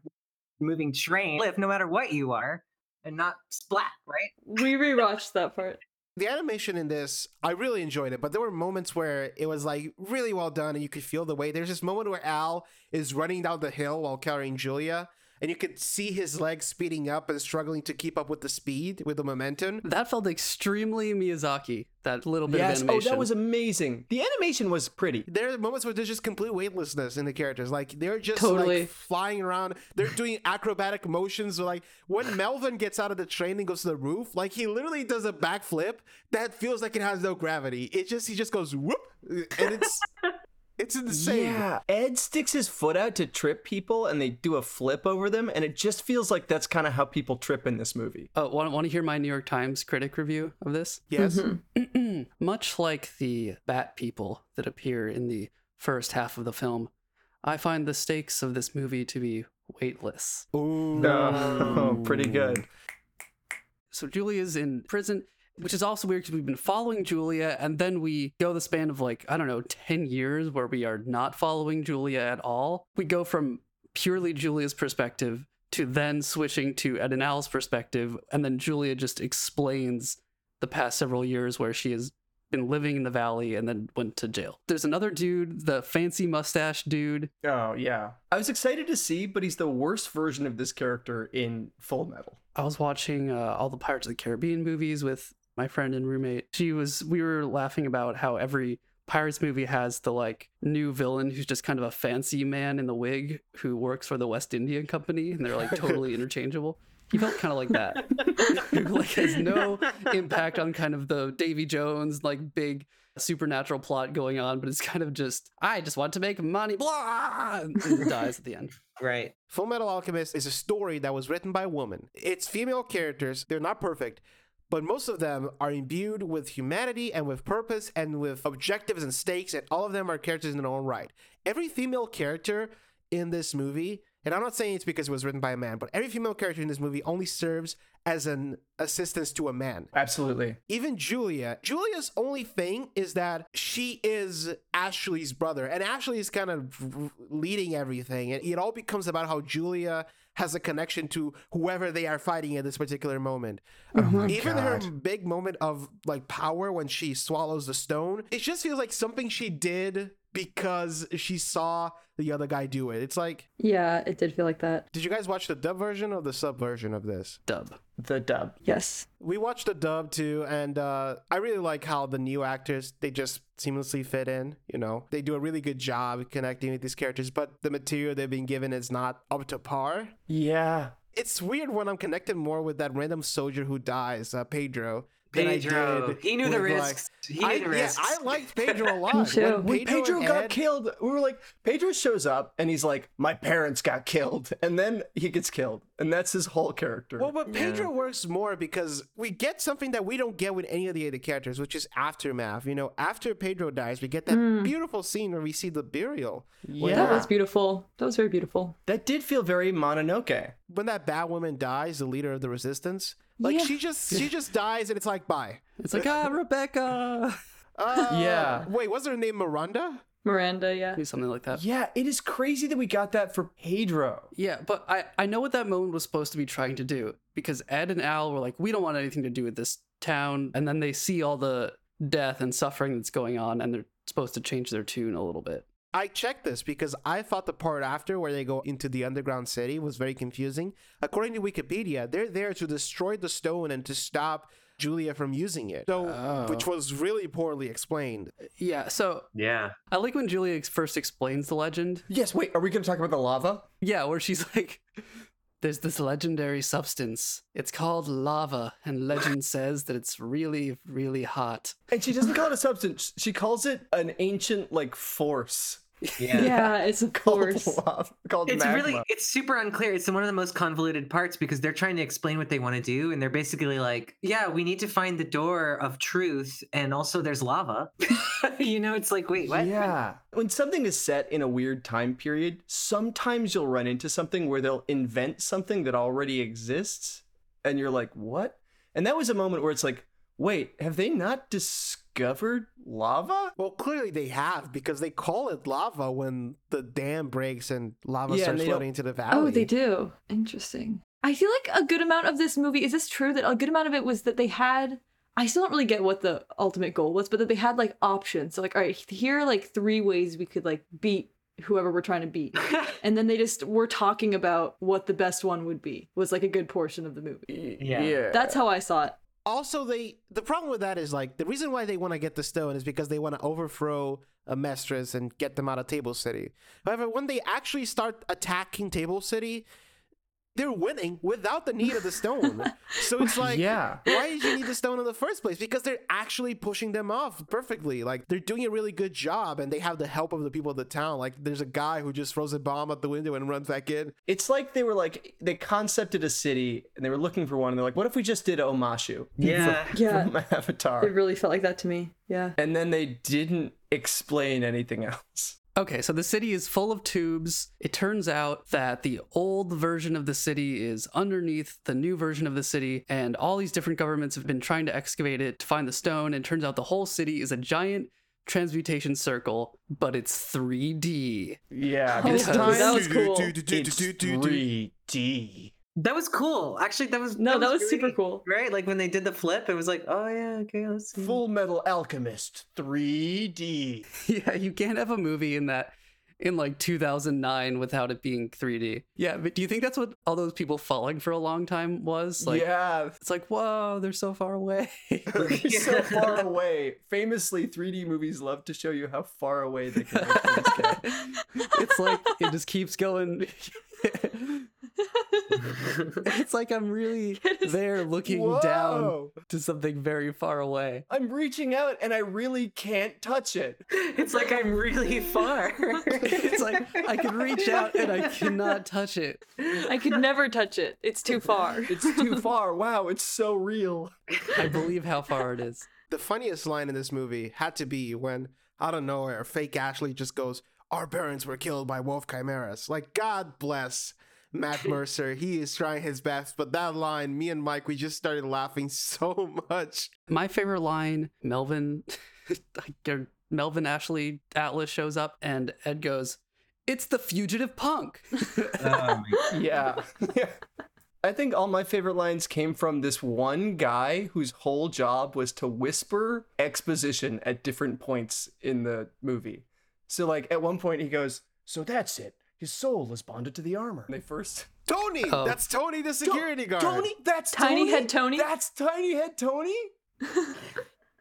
Speaker 4: moving train cliff, no matter what you are, and not splat, right?
Speaker 5: We rewatched that part.
Speaker 1: The animation in this, I really enjoyed it, but there were moments where it was like really well done and you could feel the weight. There's this moment where Al is running down the hill while carrying Julia, and you could see his legs speeding up and struggling to keep up with the speed, with the momentum.
Speaker 3: That felt extremely Miyazaki. That little bit of
Speaker 2: Oh,
Speaker 3: animation.
Speaker 2: that was amazing. The animation was pretty.
Speaker 1: There are moments where there's just complete weightlessness in the characters. Like they're just
Speaker 5: Totally.
Speaker 1: like flying around. They're doing acrobatic motions. Like when Melvin gets out of the train and goes to the roof, like he literally does a backflip that feels like it has no gravity. It just he just goes whoop, and it's it's insane.
Speaker 2: Yeah. Ed sticks his foot out to trip people and they do a flip over them, and it just feels like that's kind of how people trip in this movie.
Speaker 3: Oh, want, want to hear my New York Times critic review of this?
Speaker 1: Yes.
Speaker 5: Mm-hmm.
Speaker 3: Much like the bat people that appear in the first half of the film, I find the stakes of this movie to be weightless.
Speaker 1: Ooh.
Speaker 2: Oh, pretty good.
Speaker 3: so Julia's in prison, which is also weird because we've been following Julia, and then we go the span of like I don't know ten years where we are not following Julia at all. We go from purely Julia's perspective to then switching to Ed and Al's perspective, and then Julia just explains the past several years where she has been living in the valley and then went to jail. There's another dude, the fancy mustache dude.
Speaker 2: Oh yeah. I was excited to see, but he's the worst version of this character in Full Metal.
Speaker 3: I was watching uh, all the Pirates of the Caribbean movies with my friend and roommate. She was we were laughing about how every Pirates movie has the like new villain who's just kind of a fancy man in the wig who works for the West India Company and they're like totally interchangeable. He felt kind of like that. Who like has no impact on kind of the Davy Jones like big supernatural plot going on, but it's kind of just I just want to make money blah and then dies at the end.
Speaker 4: Right.
Speaker 1: Full Metal Alchemist is a story that was written by a woman. It's female characters, they're not perfect, but most of them are imbued with humanity and with purpose and with objectives and stakes, and all of them are characters in their own right. Every female character in this movie, and I'm not saying it's because it was written by a man, but every female character in this movie only serves as an assistance to a man.
Speaker 2: Absolutely.
Speaker 1: Even Julia, Julia's only thing is that she is Ashley's brother, and Ashley is kind of leading everything. And it all becomes about how Julia has a connection to whoever they are fighting at this particular moment. Even her big moment of like power when she swallows the stone, it just feels like something she did because she saw the other guy do it. It's like,
Speaker 5: Yeah, it did feel like that.
Speaker 1: did you guys watch the dub version or the sub version of this?
Speaker 3: Dub.
Speaker 2: The dub.
Speaker 5: Yes.
Speaker 1: We watched the dub too, and uh, I really like how the new actors they just seamlessly fit in. You know, they do a really good job connecting with these characters, but the material they've been given is not up to par.
Speaker 2: Yeah.
Speaker 1: It's weird when I'm connected more with that random soldier who dies, uh, Pedro. than I
Speaker 4: Pedro.
Speaker 1: did
Speaker 4: He knew the
Speaker 1: with, like-
Speaker 4: risks. he knew
Speaker 1: I,
Speaker 4: the
Speaker 1: yeah,
Speaker 4: risks.
Speaker 1: I liked Pedro a lot.
Speaker 5: too.
Speaker 1: When
Speaker 2: When Pedro,
Speaker 1: and
Speaker 2: got
Speaker 1: Ed-
Speaker 2: killed, we were like, Pedro shows up and he's like, My parents got killed. And then he gets killed. And that's his whole character.
Speaker 1: Well, but Pedro works more because we get something that we don't get with any of the other characters, which is aftermath. You know, after Pedro dies, we get that beautiful scene where we see the burial. When,
Speaker 2: Yeah.
Speaker 5: That was beautiful. That was very beautiful.
Speaker 2: that did feel very Mononoke.
Speaker 1: when that bad woman dies, the leader of the resistance, like
Speaker 5: Yeah.
Speaker 1: she just she just dies, and it's like bye.
Speaker 3: It's like ah Rebecca.
Speaker 1: Uh,
Speaker 2: Yeah.
Speaker 1: Wait, was her name Miranda?
Speaker 5: Miranda, yeah.
Speaker 3: Do something like that.
Speaker 2: Yeah, it is crazy that we got that for Pedro.
Speaker 3: Yeah, but I, I know what that moment was supposed to be trying to do because Ed and Al were like, we don't want anything to do with this town. And then they see all the death and suffering that's going on and they're supposed to change their tune a little bit.
Speaker 1: I checked this because I thought the part after where they go into the underground city was very confusing. According to Wikipedia, they're there to destroy the stone and to stop Julia from using it. So,
Speaker 2: Oh.
Speaker 1: which was really poorly explained.
Speaker 3: Yeah, so
Speaker 4: yeah.
Speaker 3: I like when Julia ex- first explains the legend.
Speaker 2: Yes, wait, are we going to talk about the lava?
Speaker 3: Yeah, where she's like, there's this legendary substance. It's called lava, and legend says that it's really, really hot.
Speaker 2: And she doesn't call it a substance. She calls it an ancient, like, force.
Speaker 4: Yeah.
Speaker 5: Yeah, it's of
Speaker 2: Called
Speaker 5: course.
Speaker 2: lava. Called
Speaker 4: It's
Speaker 2: magma.
Speaker 4: really it's super unclear. It's one of the most convoluted parts because they're trying to explain what they want to do and they're basically like, yeah, we need to find the door of truth and also there's lava. you know, it's like, wait, what?
Speaker 2: Yeah. When something is set in a weird time period, sometimes you'll run into something where they'll invent something that already exists and you're like, "What?" And that was a moment where it's like, "Wait, have they not discovered lava?"
Speaker 1: Well, clearly they have because they call it lava when the dam breaks and lava
Speaker 2: Yeah, and
Speaker 1: starts
Speaker 2: they don't-
Speaker 1: floating into the valley.
Speaker 5: Oh, they do. Interesting. I feel like a good amount of this movie is this true that a good amount of it was that they had I still don't really get what the ultimate goal was, but that they had like options. So like, all right, here are like three ways we could like beat whoever we're trying to beat. And then they just were talking about what the best one would be. Was like a good portion of the movie.
Speaker 4: Yeah.
Speaker 5: That's how I saw it.
Speaker 1: Also, they the problem with that is like the reason why they want to get the stone is because they want to overthrow a mistress and get them out of Table City. However, when they actually start attacking Table City, they're winning without the need of the stone. so it's like,
Speaker 2: yeah.
Speaker 1: why did you need the stone in the first place? Because they're actually pushing them off perfectly. Like they're doing a really good job, and they have the help of the people of the town. Like there's a guy who just throws a bomb out the window and runs back in.
Speaker 2: It's like they were like they concepted a city and they were looking for one and they're like, "What if we just did Omashu?"
Speaker 4: Yeah.
Speaker 5: Yeah.
Speaker 2: From Avatar.
Speaker 5: It really felt like that to me. Yeah.
Speaker 2: and then they didn't explain anything else.
Speaker 3: Okay, so the city is full of tubes. It turns out that the old version of the city is underneath the new version of the city, and all these different governments have been trying to excavate it to find the stone. And turns out the whole city is a giant transmutation circle, but it's 3D.
Speaker 2: Yeah,
Speaker 5: Oh,
Speaker 2: this
Speaker 3: that
Speaker 2: time
Speaker 5: was cool.
Speaker 2: it's 3D.
Speaker 4: That was cool. Actually, that was
Speaker 5: No, that was
Speaker 4: really-
Speaker 5: super cool.
Speaker 4: Right, like when they did the flip, it was like, oh yeah, okay, let's see.
Speaker 2: Full Metal Alchemist 3D.
Speaker 3: yeah, you can't have a movie in that in like 2009 without it being 3D. Yeah, but do you think that's what all those people falling for a long time was? Like,
Speaker 2: yeah,
Speaker 3: it's like, whoa, they're so far away.
Speaker 2: they're so far away. Famously, 3D movies love to show you how far away they can actually get.
Speaker 3: it's like it just keeps going. it's like I'm really there looking down
Speaker 2: Whoa!
Speaker 3: to something very far away.
Speaker 2: I'm reaching out and I really can't touch it.
Speaker 4: It's like I'm really far.
Speaker 3: It's like I can reach out and I cannot touch it.
Speaker 5: I could never touch it. It's too far.
Speaker 2: It's too far. Wow, it's so real.
Speaker 3: I believe how far it is.
Speaker 1: The funniest line in this movie had to be when, out of nowhere, fake Ashley just goes, Our parents were killed by wolf chimeras. Like, God bless Matt Mercer. He is trying his best, but that line, me and Mike, we just started laughing so much.
Speaker 3: My favorite line, Melvin, like, Melvin Ashley Atlas shows up and Ed goes, "It's the fugitive punk."
Speaker 2: Yeah. I think all my favorite lines came from this one guy whose whole job was to whisper exposition at different points in the movie. So, like, at one point he goes, So that's it. His soul is bonded to the armor. And they first.
Speaker 1: Tony!
Speaker 3: Oh.
Speaker 1: That's Tony, the security guard.
Speaker 2: Tony? That's
Speaker 5: Tiny
Speaker 2: Tony?
Speaker 5: Head Tony?
Speaker 2: That's Tiny Head Tony?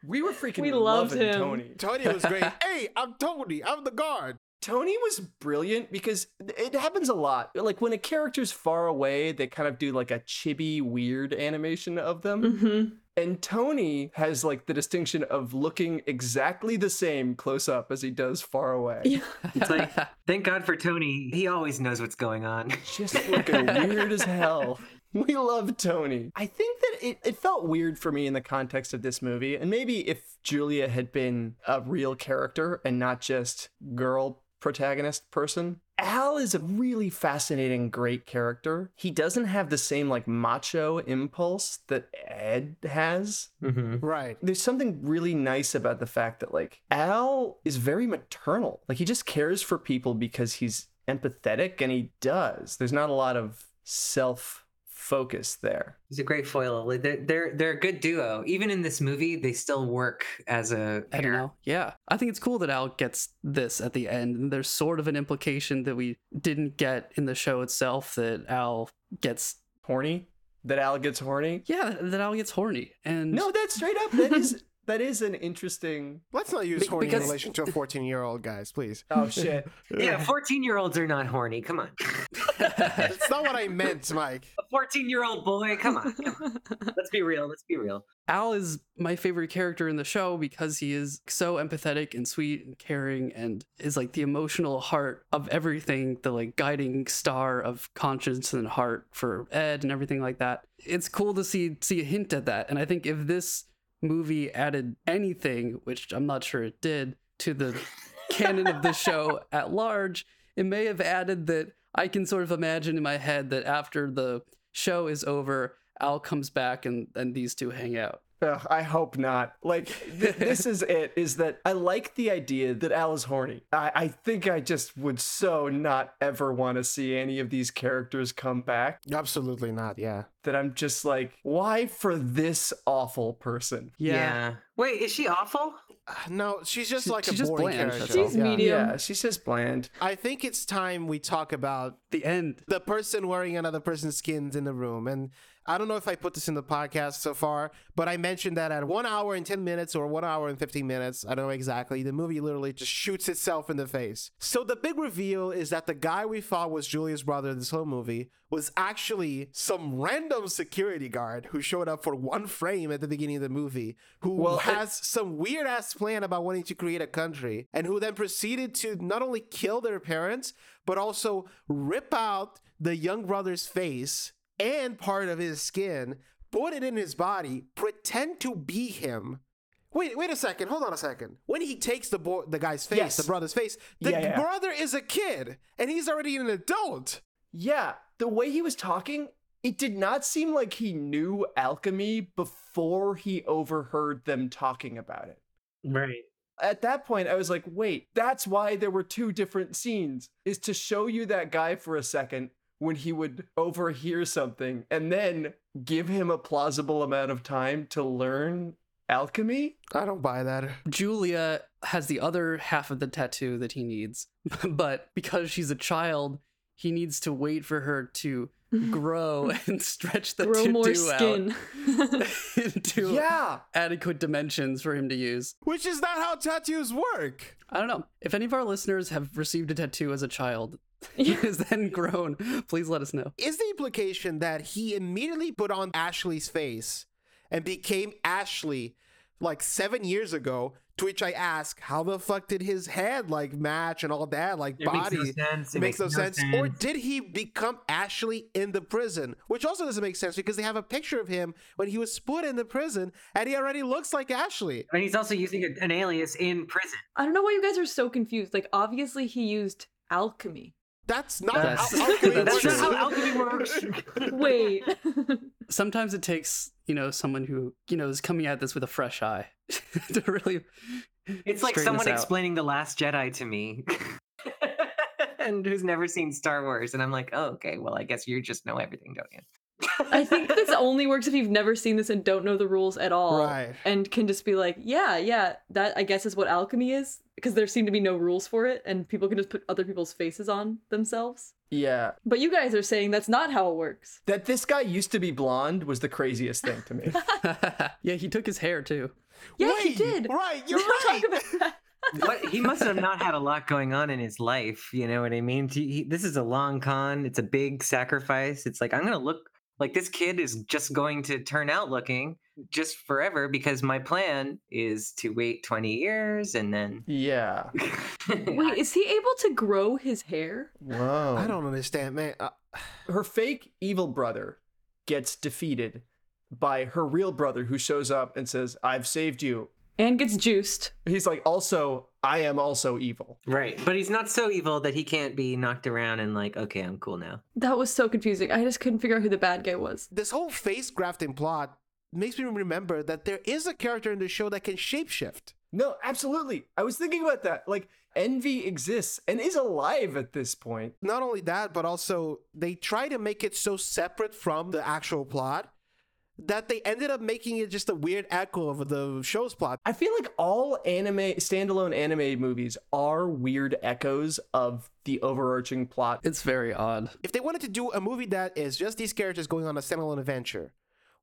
Speaker 2: we were freaking
Speaker 5: We loved
Speaker 2: loving
Speaker 5: him.
Speaker 2: Tony.
Speaker 1: Tony was great. hey, I'm Tony. I'm the guard.
Speaker 2: Tony was brilliant because it happens a lot. Like when a character's far away, they kind of do like a chibi weird animation of them.
Speaker 5: hmm
Speaker 2: And Tony has like the distinction of looking exactly the same close up as he does far away.
Speaker 5: Yeah.
Speaker 4: It's like, thank God for Tony. He always knows what's going on.
Speaker 2: Just looking weird as hell. We love Tony. I think that it, it felt weird for me in the context of this movie. And maybe if Julia had been a real character and not just girl protagonist person. Al is a really fascinating, great character. He doesn't have the same like macho impulse that Ed has.
Speaker 1: Right.
Speaker 2: there's something really nice about the fact that like Al is very maternal. Like he just cares for people because he's empathetic and he does. There's not a lot of self focus there.
Speaker 4: He's a great foil. Like, They're, they're they're a good duo. Even in this movie, they still work as a
Speaker 3: I don't
Speaker 4: pair.
Speaker 3: know. Yeah. I think it's cool that Al gets this at the end. And there's sort of an implication that we didn't get in the show itself that Al gets,
Speaker 2: Horny? That Al gets horny?
Speaker 3: yeah, that Al gets horny. And
Speaker 2: No, that's straight up. That is that is an interesting
Speaker 1: Let's not use
Speaker 3: Be-
Speaker 1: horny
Speaker 3: because-
Speaker 1: in relation to a 14 year old, guys, please.
Speaker 2: Oh shit.
Speaker 4: Yeah, fourteen year olds are not horny. Come on,
Speaker 1: That's not what I meant, Mike.
Speaker 4: a fourteen year old boy. Come on, come on. Let's be real. Let's be real.
Speaker 3: Al is my favorite character in the show because he is so empathetic and sweet and caring and is like the emotional heart of everything, the like guiding star of conscience and heart for Ed and everything like that. It's cool to see see a hint at that. And I think if this movie added anything, which I'm not sure it did, to the canon of the show at large, it may have added that I can sort of imagine in my head that after the show is over, Al comes back and, and these two hang out.
Speaker 2: Ugh, I hope not. Like th- this is it. Is that I like the idea that Al is horny. I, I think I just would so not ever want to see any of these characters come back.
Speaker 1: Absolutely not, yeah.
Speaker 2: That I'm just like, why for this awful person?
Speaker 4: Wait, is she awful?
Speaker 1: Uh, No, she's just
Speaker 3: She-
Speaker 1: like
Speaker 3: she's
Speaker 1: a
Speaker 3: just
Speaker 1: boring
Speaker 3: bland,
Speaker 1: character.
Speaker 3: that's all.
Speaker 5: She's medium.
Speaker 2: Yeah, she's just bland.
Speaker 1: I think it's time we talk about
Speaker 3: The end.
Speaker 1: the person wearing another person's skins in the room. And I don't know if I put this in the podcast so far, but I mentioned that at one hour and 10 minutes or one hour and 15 minutes, I don't know exactly, the movie literally just shoots itself in the face. So the big reveal is that the guy we thought was Julia's brother this whole movie was actually some random security guard who showed up for one frame at the beginning of the movie who
Speaker 2: Well, it-
Speaker 1: has some weird ass plan about wanting to create a country and who then proceeded to not only kill their parents but also rip out the young brother's face and part of his skin, put it in his body, pretend to be him Wait, wait a second. Hold on a second. When he takes the boy, the guy's face,
Speaker 2: Yes.
Speaker 1: the brother's face, the
Speaker 2: Yeah, yeah.
Speaker 1: brother is a kid and he's already an adult.
Speaker 2: Yeah, the way he was talking, it did not seem like he knew alchemy before he overheard them talking about it.
Speaker 4: Right.
Speaker 2: At that point, I was like, wait, that's why there were two different scenes, is to show you that guy for a second when he would overhear something and then give him a plausible amount of time to learn alchemy.
Speaker 1: I don't buy that.
Speaker 3: Julia has the other half of the tattoo that he needs, but because she's a child, he needs to wait for her to grow and stretch the
Speaker 5: Grow
Speaker 3: tattoo
Speaker 5: more
Speaker 3: out
Speaker 5: skin.
Speaker 3: into
Speaker 2: Yeah.
Speaker 3: adequate dimensions for him to use.
Speaker 1: Which is not how tattoos work.
Speaker 3: I don't know. If any of our listeners have received a tattoo as a child,
Speaker 5: Yeah.
Speaker 3: is then grown, please let us know.
Speaker 1: Is the implication that he immediately put on Ashley's face and became Ashley like seven years ago? To which I ask, how the fuck did his head like match and all that, like
Speaker 4: It
Speaker 1: body?
Speaker 4: makes no sense.
Speaker 1: It makes no sense. Or did he become Ashley in the prison? Which also doesn't make sense because they have a picture of him when he was put in the prison and he already looks like Ashley.
Speaker 4: and he's also using a- an alias in prison.
Speaker 5: I don't know why you guys are so confused. Like, obviously, he used alchemy.
Speaker 1: That's not
Speaker 3: That's-
Speaker 1: how alchemy
Speaker 3: That's
Speaker 4: That's,
Speaker 1: works.
Speaker 4: not
Speaker 3: true.
Speaker 4: how alchemy works.
Speaker 5: Wait.
Speaker 3: Sometimes it takes, you know, someone who, you know, is coming at this with a fresh eye to really
Speaker 4: It's like
Speaker 3: straighten
Speaker 4: someone
Speaker 3: this out.
Speaker 4: explaining The Last Jedi to me. and who's never seen Star Wars. And I'm like, oh, okay, well, I guess you just know everything, don't you?
Speaker 5: I think this only works if you've never seen this and don't know the rules at all.
Speaker 1: Right.
Speaker 5: And can just be like, yeah, yeah, that I guess is what alchemy is. Because there seem to be no rules for it, and people can just put other people's faces on themselves.
Speaker 2: Yeah.
Speaker 5: But you guys are saying that's not how it works.
Speaker 2: That this guy used to be blonde was the craziest thing to me.
Speaker 3: yeah, he took his hair too.
Speaker 5: Yeah, he
Speaker 1: Wait,
Speaker 5: did.
Speaker 1: Right, you're
Speaker 5: We'll
Speaker 1: right.
Speaker 5: talk about that.
Speaker 4: What, he must have not had a lot going on in his life. You know what I mean? He, he- this is a long con. It's a big sacrifice. It's like, I'm going to look like this kid is just going to turn out looking just forever because my plan is to wait 20 years and then.
Speaker 2: yeah.
Speaker 5: Wait, is he able to grow his hair?
Speaker 2: Whoa.
Speaker 1: I don't understand, man. Uh,
Speaker 2: her fake evil brother gets defeated by her real brother who shows up and says, I've saved you.
Speaker 5: And gets juiced.
Speaker 2: He's like, also, I am also evil.
Speaker 4: Right. But he's not so evil that he can't be knocked around and like, okay, I'm cool now.
Speaker 5: That was so confusing. I just couldn't figure out who the bad guy was.
Speaker 1: this whole face grafting plot makes me remember that there is a character in the show that can shapeshift.
Speaker 2: No, absolutely. I was thinking about that. Like, envy exists and is alive at this point.
Speaker 1: Not only that, but also they try to make it so separate from the actual plot that they ended up making it just a weird echo of the show's plot.
Speaker 2: I feel like all anime, standalone anime movies are weird echoes of the overarching plot.
Speaker 3: It's very odd.
Speaker 1: If they wanted to do a movie that is just these characters going on a standalone adventure,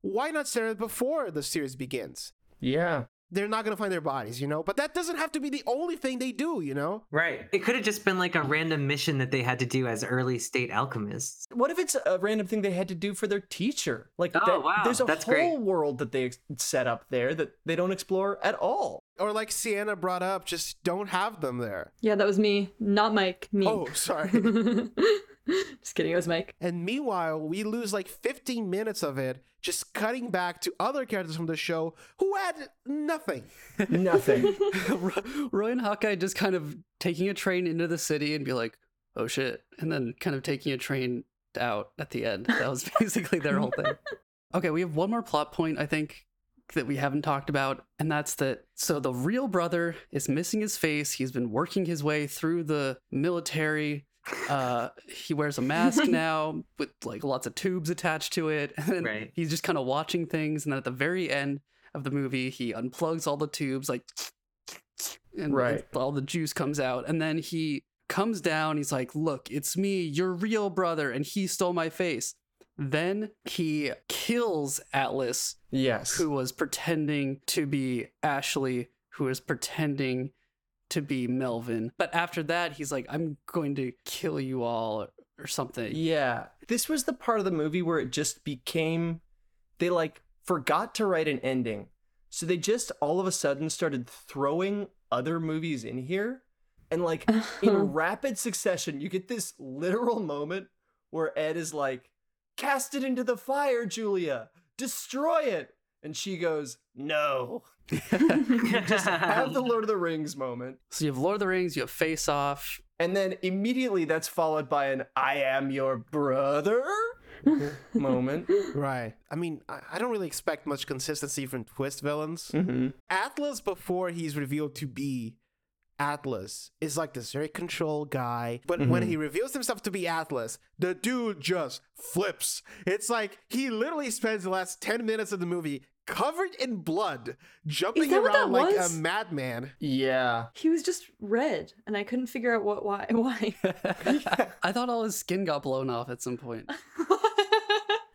Speaker 1: why not start it before the series begins?
Speaker 2: Yeah.
Speaker 1: They're not going to find their bodies, you know? But that doesn't have to be the only thing they do, you know?
Speaker 4: Right. It could have just been like a random mission that they had to do as early state alchemists.
Speaker 2: What if it's a random thing they had to do for their teacher? Like,
Speaker 4: Oh, wow,
Speaker 2: there's a
Speaker 4: that's
Speaker 2: whole
Speaker 4: great.
Speaker 2: world that they ex- set up there that they don't explore at all.
Speaker 1: Or like Sienna brought up, just don't have them there.
Speaker 5: Yeah, that was me. Not Mike. Me.
Speaker 1: Oh, sorry.
Speaker 5: just kidding. It was Mike.
Speaker 1: And meanwhile, we lose like 15 minutes of it just cutting back to other characters from the show who had nothing.
Speaker 2: Nothing.
Speaker 3: Ro- Roy and Hawkeye just kind of taking a train into the city and be like, oh shit, and then kind of taking a train out at the end. That was basically their whole thing. Okay, we have one more plot point, I think, that we haven't talked about, and that's that so the real brother is missing his face. He's been working his way through the military. Uh, he wears a mask now with like lots of tubes attached to it. And then
Speaker 4: Right.
Speaker 3: he's just kind of watching things. And then at the very end of the movie, he unplugs all the tubes, like and
Speaker 2: Right.
Speaker 3: all the juice comes out and then he comes down he's like look it's me your real brother and he stole my face then he kills atlas
Speaker 2: yes.
Speaker 3: who was pretending to be ashley who is pretending to be melvin but after that he's like i'm going to kill you all or something
Speaker 2: Yeah. This was the part of the movie where it just became they like forgot to write an ending. So they just all of a sudden started throwing other movies in here and like in rapid succession you get this literal moment where Ed is like cast it into the fire, Julia. Destroy it. And she goes, No. Have the Lord of the Rings moment.
Speaker 3: So you have Lord of the Rings, you have Face Off.
Speaker 2: And then immediately that's followed by an I am your brother moment.
Speaker 1: Right. I mean, I, I don't really expect much consistency from twist villains.
Speaker 2: Mm-hmm.
Speaker 1: Atlas, before he's revealed to be Atlas, is like this very controlled guy. But when
Speaker 2: Mhm.
Speaker 1: he reveals himself to be Atlas, the dude just flips. It's like he literally spends the last 10 minutes of the movie covered in blood, jumping
Speaker 5: that what
Speaker 1: around
Speaker 5: that
Speaker 1: like
Speaker 5: was?
Speaker 1: a madman.
Speaker 2: Yeah.
Speaker 5: He was just red, and I couldn't figure out what why why.
Speaker 3: I thought all his skin got blown off at some point.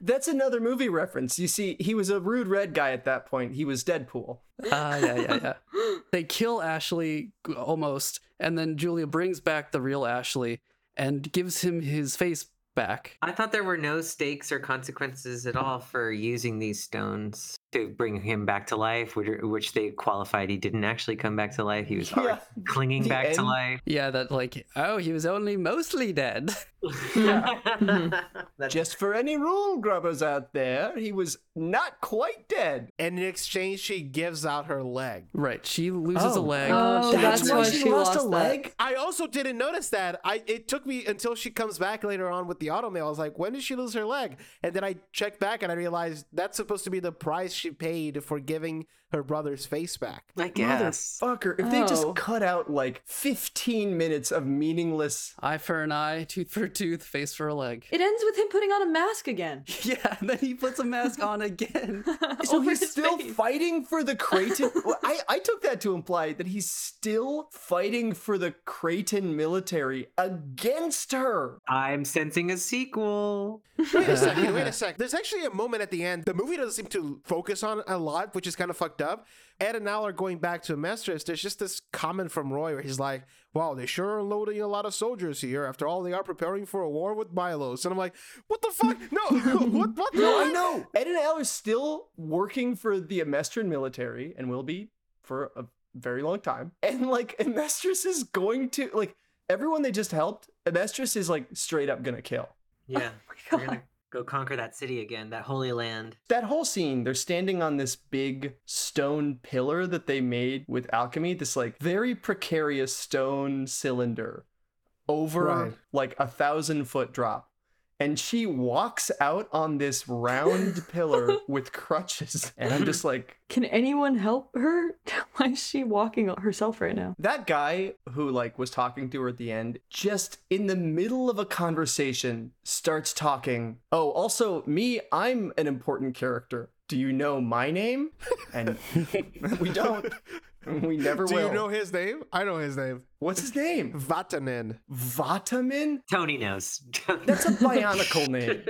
Speaker 2: That's another movie reference. You see, he was a rude red guy at that point. He was Deadpool.
Speaker 3: Ah, yeah, yeah, yeah. They kill Ashley g- almost, and then Julia brings back the real Ashley and gives him his face back.
Speaker 4: I thought there were no stakes or consequences at all for using these stones to bring him back to life, which, which they qualified he didn't actually come back to life. He was already clinging
Speaker 2: The
Speaker 4: back to
Speaker 2: end.
Speaker 4: life.
Speaker 3: Yeah, that like, oh, he was only mostly dead.
Speaker 4: That's
Speaker 2: Just for any rule grubbers out there, he was not quite dead.
Speaker 1: And in exchange, she gives out her leg.
Speaker 3: right, she loses a
Speaker 2: Oh.
Speaker 3: leg.
Speaker 5: Oh, that's why she
Speaker 2: a
Speaker 5: lost that.
Speaker 2: leg?
Speaker 1: I also didn't notice that. I it took me until she comes back later on with the automail. I was like, when did she lose her leg? And then I checked back and I realized that's supposed to be the price she paid for giving her brother's face back.
Speaker 4: I guess.
Speaker 2: Fucker, if they just
Speaker 5: Oh.
Speaker 2: cut out like 15 minutes of meaningless.
Speaker 3: Eye for an eye, tooth for a tooth, face for a leg.
Speaker 5: It ends with him putting on a mask again.
Speaker 3: yeah, and then he puts a mask on again.
Speaker 2: So
Speaker 5: over
Speaker 2: he's
Speaker 5: his
Speaker 2: still
Speaker 5: face.
Speaker 2: fighting for the Creighton. Well, I, I took that to imply that he's still fighting for the Creighton military against her.
Speaker 4: I'm sensing a sequel.
Speaker 1: Wait a second, wait a second. There's actually a moment at the end. The movie doesn't seem to focus on a lot, which is kind of fucked up. Ed and Al are going back to Amestris. There's just this comment from Roy where he's like, Wow, they sure are loading a lot of soldiers here. After all, they are preparing for a war with Milos. And I'm like, What the fuck? No, what what
Speaker 2: No, I know. Ed and Al are still working for the Amestran military and will be for a very long time. And like Amestris is going to like everyone they just helped, Amestris is like straight up gonna kill.
Speaker 4: Yeah. We're
Speaker 5: Oh my
Speaker 4: going to go conquer that city again, that holy land.
Speaker 2: That whole scene, they're standing on this big stone pillar that they made with alchemy, this like very precarious stone cylinder over
Speaker 1: Right.
Speaker 2: like a thousand foot drop. And she walks out on this round pillar with crutches. And I'm just like,
Speaker 5: Can anyone help her? Why is she walking herself right now?
Speaker 2: That guy who like was talking to her at the end, just in the middle of a conversation, starts talking. Oh, also me, I'm an important character. Do you know my name? And we don't. We never
Speaker 1: Do
Speaker 2: will.
Speaker 1: you know his name? I know his name.
Speaker 2: What's his name?
Speaker 1: Vatanen.
Speaker 2: Vatamin?
Speaker 4: Tony knows.
Speaker 2: That's a bionicle name.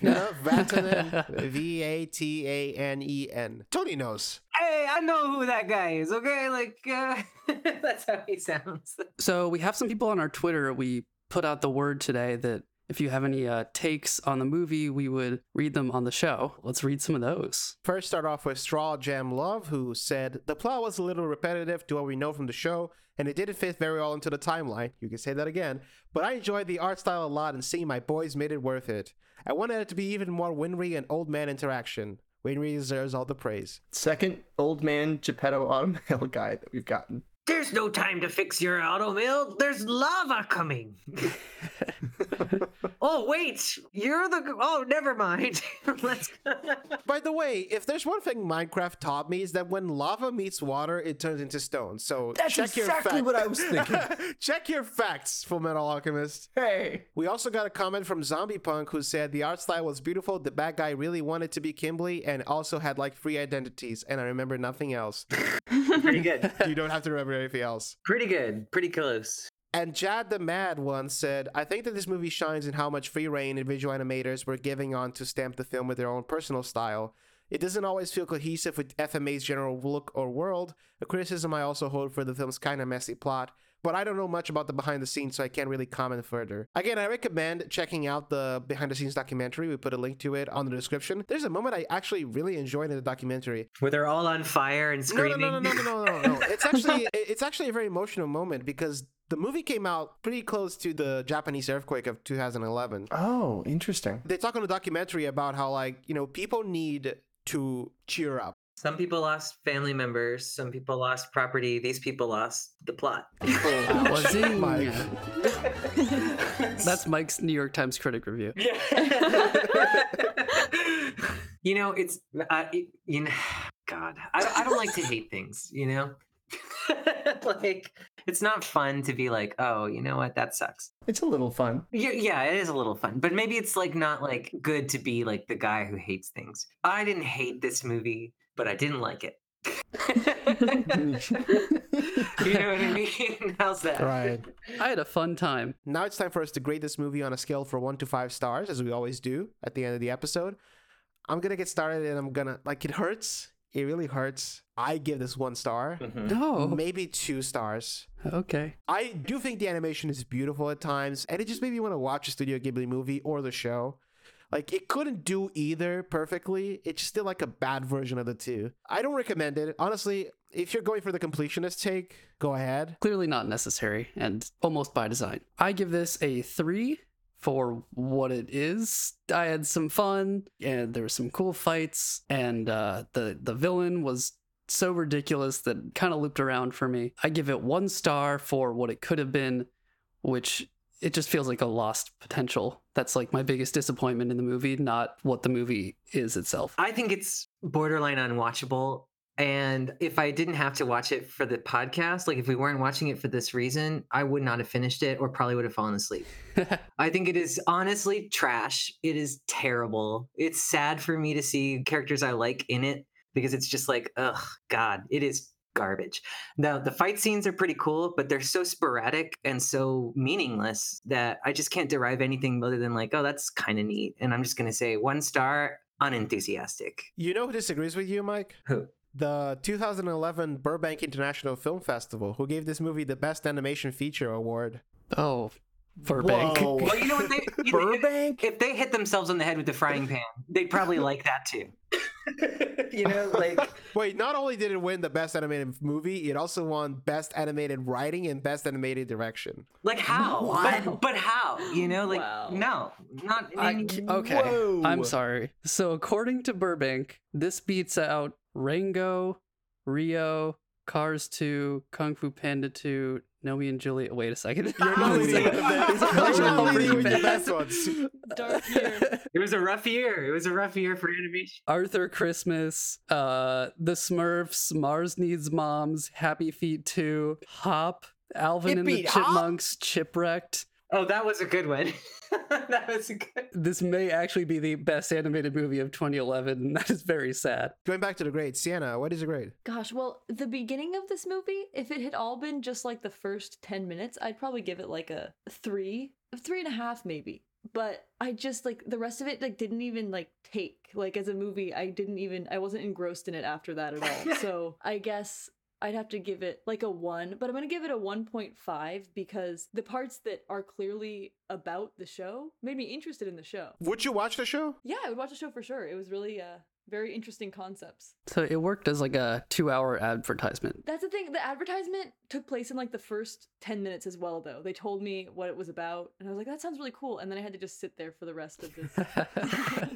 Speaker 1: No, Vatanen. V A T A N E N. Tony knows.
Speaker 4: hey, I know who that guy is, okay? Like, uh, that's how he sounds.
Speaker 3: So we have some people on our Twitter. We put out the word today that if you have any uh, takes on the movie, we would read them on the show. Let's read some of those.
Speaker 1: First, start off with Straw Jam Love, who said the plot was a little repetitive to what we know from the show, and it didn't fit very well into the timeline. You can say that again, but I enjoyed the art style a lot, and seeing my boys made it worth it. I wanted it to be even more Winry and old man interaction. Winry deserves all the praise.
Speaker 2: Second old man Geppetto Automail guy that we've gotten.
Speaker 4: There's no time to fix your auto mill. There's lava coming. oh wait, you're the oh never mind. Let's
Speaker 1: By the way, if there's one thing Minecraft taught me is that when lava meets water, it turns into stone. So
Speaker 2: That's
Speaker 1: check
Speaker 2: exactly
Speaker 1: your fact-
Speaker 2: what I was thinking.
Speaker 1: check your facts, Full Metal Alchemist.
Speaker 2: Hey.
Speaker 1: We also got a comment from Zombie Punk who said the art style was beautiful. The bad guy really wanted to be Kimberly and also had like three identities, and I remember nothing else.
Speaker 4: pretty good,
Speaker 1: you don't have to remember anything else.
Speaker 4: pretty good, pretty close.
Speaker 1: And Jad the Mad one said, I think that this movie shines in how much free reign individual animators were giving on to stamp the film with their own personal style. It doesn't always feel cohesive with FMA's general look or world, a criticism I also hold for the film's kind of messy plot. But I don't know much about the behind the scenes, so I can't really comment further. Again, I recommend checking out the behind the scenes documentary. We put a link to it on the description. There's a moment I actually really enjoyed in the documentary.
Speaker 4: Where they're all on fire and
Speaker 1: No,
Speaker 4: screaming.
Speaker 1: no, no, no, no, no, no, no, no. It's actually it's actually a very emotional moment because the movie came out pretty close to the Japanese earthquake of 2011.
Speaker 2: Oh, interesting.
Speaker 1: They talk on the documentary about how like you know people need to cheer up.
Speaker 4: Some people lost family members. Some people lost property. These people lost the plot.
Speaker 3: Wazing.
Speaker 1: Mike.
Speaker 3: That's Mike's New York Times critic review.
Speaker 4: Yeah. you know, it's I, it- you know, God, I, I don't like to hate things. You know, like it's not fun to be like, oh, you know what, that sucks.
Speaker 2: It's a little fun.
Speaker 4: Yeah, yeah, it is a little fun, but maybe it's like not like good to be like the guy who hates things. I didn't hate this movie, but I didn't like it. you know what I mean? How's that?
Speaker 1: Right.
Speaker 3: I had a fun time.
Speaker 1: Now it's time for us to grade this movie on a scale from one to five stars, as we always do at the end of the episode. I'm gonna get started and I'm gonna like it hurts. It really hurts. I give this one star.
Speaker 3: No.
Speaker 1: Maybe two stars.
Speaker 3: Okay.
Speaker 1: I do think the animation is beautiful at times, and it just made me want to watch a Studio Ghibli movie or the show. Like it couldn't do either perfectly. It's still like a bad version of the two. I don't recommend it. Honestly, if you're going for the completionist take, go ahead.
Speaker 3: Clearly not necessary and almost by design. I give this a three for what it is. I had some fun and there were some cool fights and uh, the the villain was so ridiculous that kind of looped around for me. I give it one star for what it could have been, which it just feels like a lost potential. That's like my biggest disappointment in the movie, not what the movie is itself.
Speaker 4: I think it's borderline unwatchable. And if I didn't have to watch it for the podcast, like if we weren't watching it for this reason, I would not have finished it or probably would have fallen asleep. I think it is honestly trash. It is terrible. It's sad for me to see characters I like in it because it's just like, ugh, God, it is garbage. Now, the fight scenes are pretty cool, but they're so sporadic and so meaningless that I just can't derive anything other than like, oh, that's kind of neat. And I'm just going to say one star, unenthusiastic.
Speaker 1: You know who disagrees with you, Mike?
Speaker 4: Who?
Speaker 1: The 2011 Burbank International Film Festival, who gave this movie the Best Animation Feature award.
Speaker 3: oh, Burbank.
Speaker 1: Whoa.
Speaker 4: Well, you know what? They, you know, if-
Speaker 2: Burbank?
Speaker 4: If they hit themselves on the head with the frying pan, they'd probably like that too. you know, like
Speaker 1: Wait, not only did it win the Best Animated Movie, it also won Best Animated Writing and Best Animated Direction.
Speaker 4: Like how?
Speaker 5: Wow.
Speaker 4: But, but how? You know, like
Speaker 5: Wow.
Speaker 4: no, not in
Speaker 3: I,
Speaker 4: any-
Speaker 3: okay.
Speaker 2: Whoa.
Speaker 3: I'm sorry. So according to Burbank, this beats out Rango, Rio, Cars 2, Kung Fu Panda 2. Nomi and Juliet. Wait a second.
Speaker 1: You're not leading with the
Speaker 3: These are
Speaker 1: best- you're
Speaker 3: all
Speaker 1: not leading
Speaker 3: pretty
Speaker 1: with the
Speaker 3: bad.
Speaker 1: best ones.
Speaker 5: Dark year.
Speaker 4: It was a rough year. It was a rough year for animation.
Speaker 3: Arthur Christmas, uh, The Smurfs, Mars Needs Moms, Happy Feet 2, Hop, Alvin and the
Speaker 1: Yippee, Hop.
Speaker 3: Chipmunks, Chipwrecked.
Speaker 4: Oh, that was a good one. that was a good.
Speaker 3: This may actually be the best animated movie of 2011, and that is very sad.
Speaker 1: Going back to the grade, Sienna, what is your grade?
Speaker 5: Gosh, well, the beginning of this movie, if it had all been just like the first 10 minutes, I'd probably give it like a three, three and a half maybe. But I just like the rest of it, like, didn't even like take. Like, as a movie, I didn't even, I wasn't engrossed in it after that at all. so I guess I'd have to give it like a one, but I'm going to give it a 1.5 because the parts that are clearly about the show made me interested in the show.
Speaker 1: Would you watch the show?
Speaker 5: Yeah, I would watch the show for sure. It was really, uh, very interesting concepts.
Speaker 3: So it worked as like a two hour advertisement.
Speaker 5: That's the thing. The advertisement took place in like the first 10 minutes as well, though. They told me what it was about, and I was like, that sounds really cool. And then I had to just sit there for the rest of this.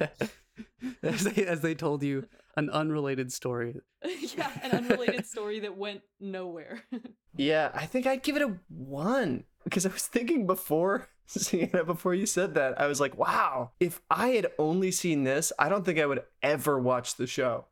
Speaker 3: as, they, as they told you an unrelated story.
Speaker 5: yeah, an unrelated story that went nowhere.
Speaker 2: Yeah, I think I'd give it a one because I was thinking before, Sienna, before you said that, I was like, wow, if I had only seen this, I don't think I would ever watch the show.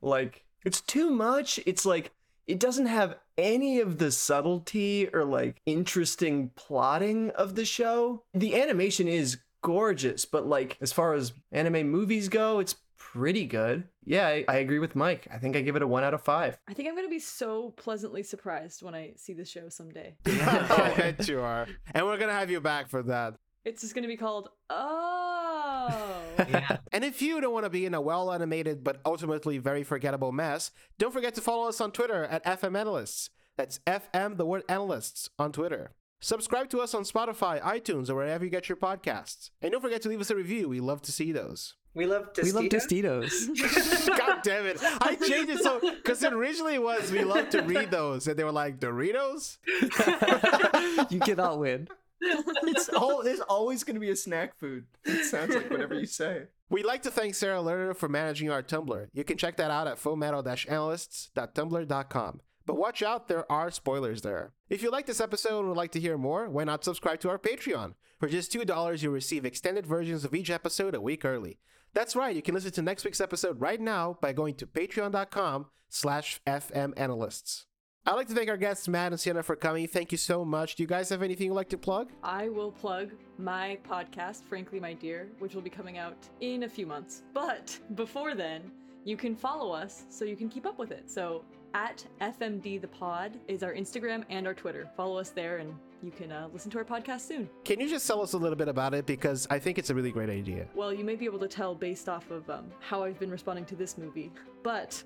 Speaker 2: Like, it's too much. It's like, it doesn't have any of the subtlety or like interesting plotting of the show. The animation is gorgeous, but like, as far as anime movies go, it's pretty good. Yeah, I, I agree with Mike. I think I give it a one out of five.
Speaker 5: I think I'm going to be so pleasantly surprised when I see the show someday.
Speaker 1: Oh, I bet you are. And we're going to have you back for that.
Speaker 5: It's just going to be called, Oh.
Speaker 4: Yeah.
Speaker 1: And if you don't want to be in a well animated but ultimately very forgettable mess, don't forget to follow us on Twitter at FM Analysts. That's FM, the word analysts, on Twitter. Subscribe to us on Spotify, iTunes, or wherever you get your podcasts. And don't forget to leave us a review. We love to see those.
Speaker 4: We love Tostitos.
Speaker 3: We love Tostitos.
Speaker 1: God damn it. I changed it so, because originally it was we love to read those. And they were like, Doritos?
Speaker 3: you cannot win.
Speaker 2: It's all. There's always going to be a snack food. It sounds like whatever you say.
Speaker 1: We'd like to thank Sarah Lerner for managing our Tumblr. You can check that out at fullmetal-analysts.tumblr.com. But watch out, there are spoilers there. If you like this episode and would like to hear more, why not subscribe to our Patreon? For just $2, you'll receive extended versions of each episode a week early. That's right, you can listen to next week's episode right now by going to patreon.com slash fmanalysts. I'd like to thank our guests, Matt and Sienna, for coming. Thank you so much. Do you guys have anything you'd like to plug?
Speaker 5: I will plug my podcast, Frankly My Dear, which will be coming out in a few months. But before then, you can follow us so you can keep up with it. So at FMD the Pod is our Instagram and our Twitter. Follow us there and you can uh, listen to our podcast soon.
Speaker 1: Can you just tell us a little bit about it? Because I think it's a really great idea.
Speaker 5: Well, you may be able to tell based off of um, how I've been responding to this movie, but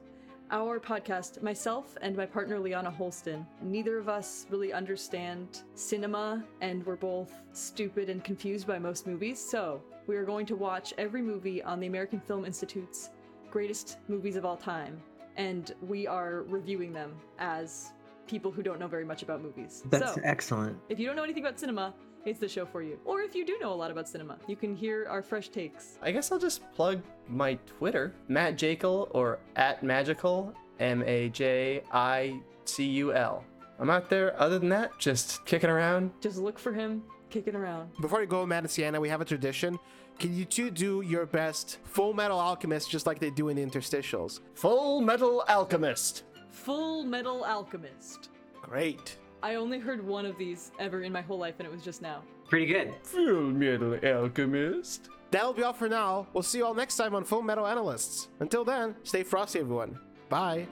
Speaker 5: our podcast, myself and my partner Liana Holston, neither of us really understand cinema, and we're both stupid and confused by most movies. So we are going to watch every movie on the American Film Institute's greatest movies of all time, and we are reviewing them as people who don't know very much about movies.
Speaker 4: That's
Speaker 5: so,
Speaker 4: excellent.
Speaker 5: if you don't know anything about cinema, it's the show for you. Or if you do know a lot about cinema, you can hear our fresh takes.
Speaker 2: I guess I'll just plug my Twitter, Matt Jekyll or at Magical, M A J I C U L. I'm out there. Other than that, just kicking around.
Speaker 5: Just look for him kicking around.
Speaker 1: Before you go, Matt and Sienna, we have a tradition. Can you two do your best Full Metal Alchemist just like they do in the interstitials?
Speaker 2: Full Metal Alchemist.
Speaker 5: Full Metal Alchemist.
Speaker 1: Great.
Speaker 5: I only heard one of these ever in my whole life, and it was just now.
Speaker 4: Pretty good.
Speaker 2: Full Metal Alchemist.
Speaker 1: That'll be all for now. We'll see you all next time on Full Metal Analysts. Until then, stay frosty, everyone. Bye.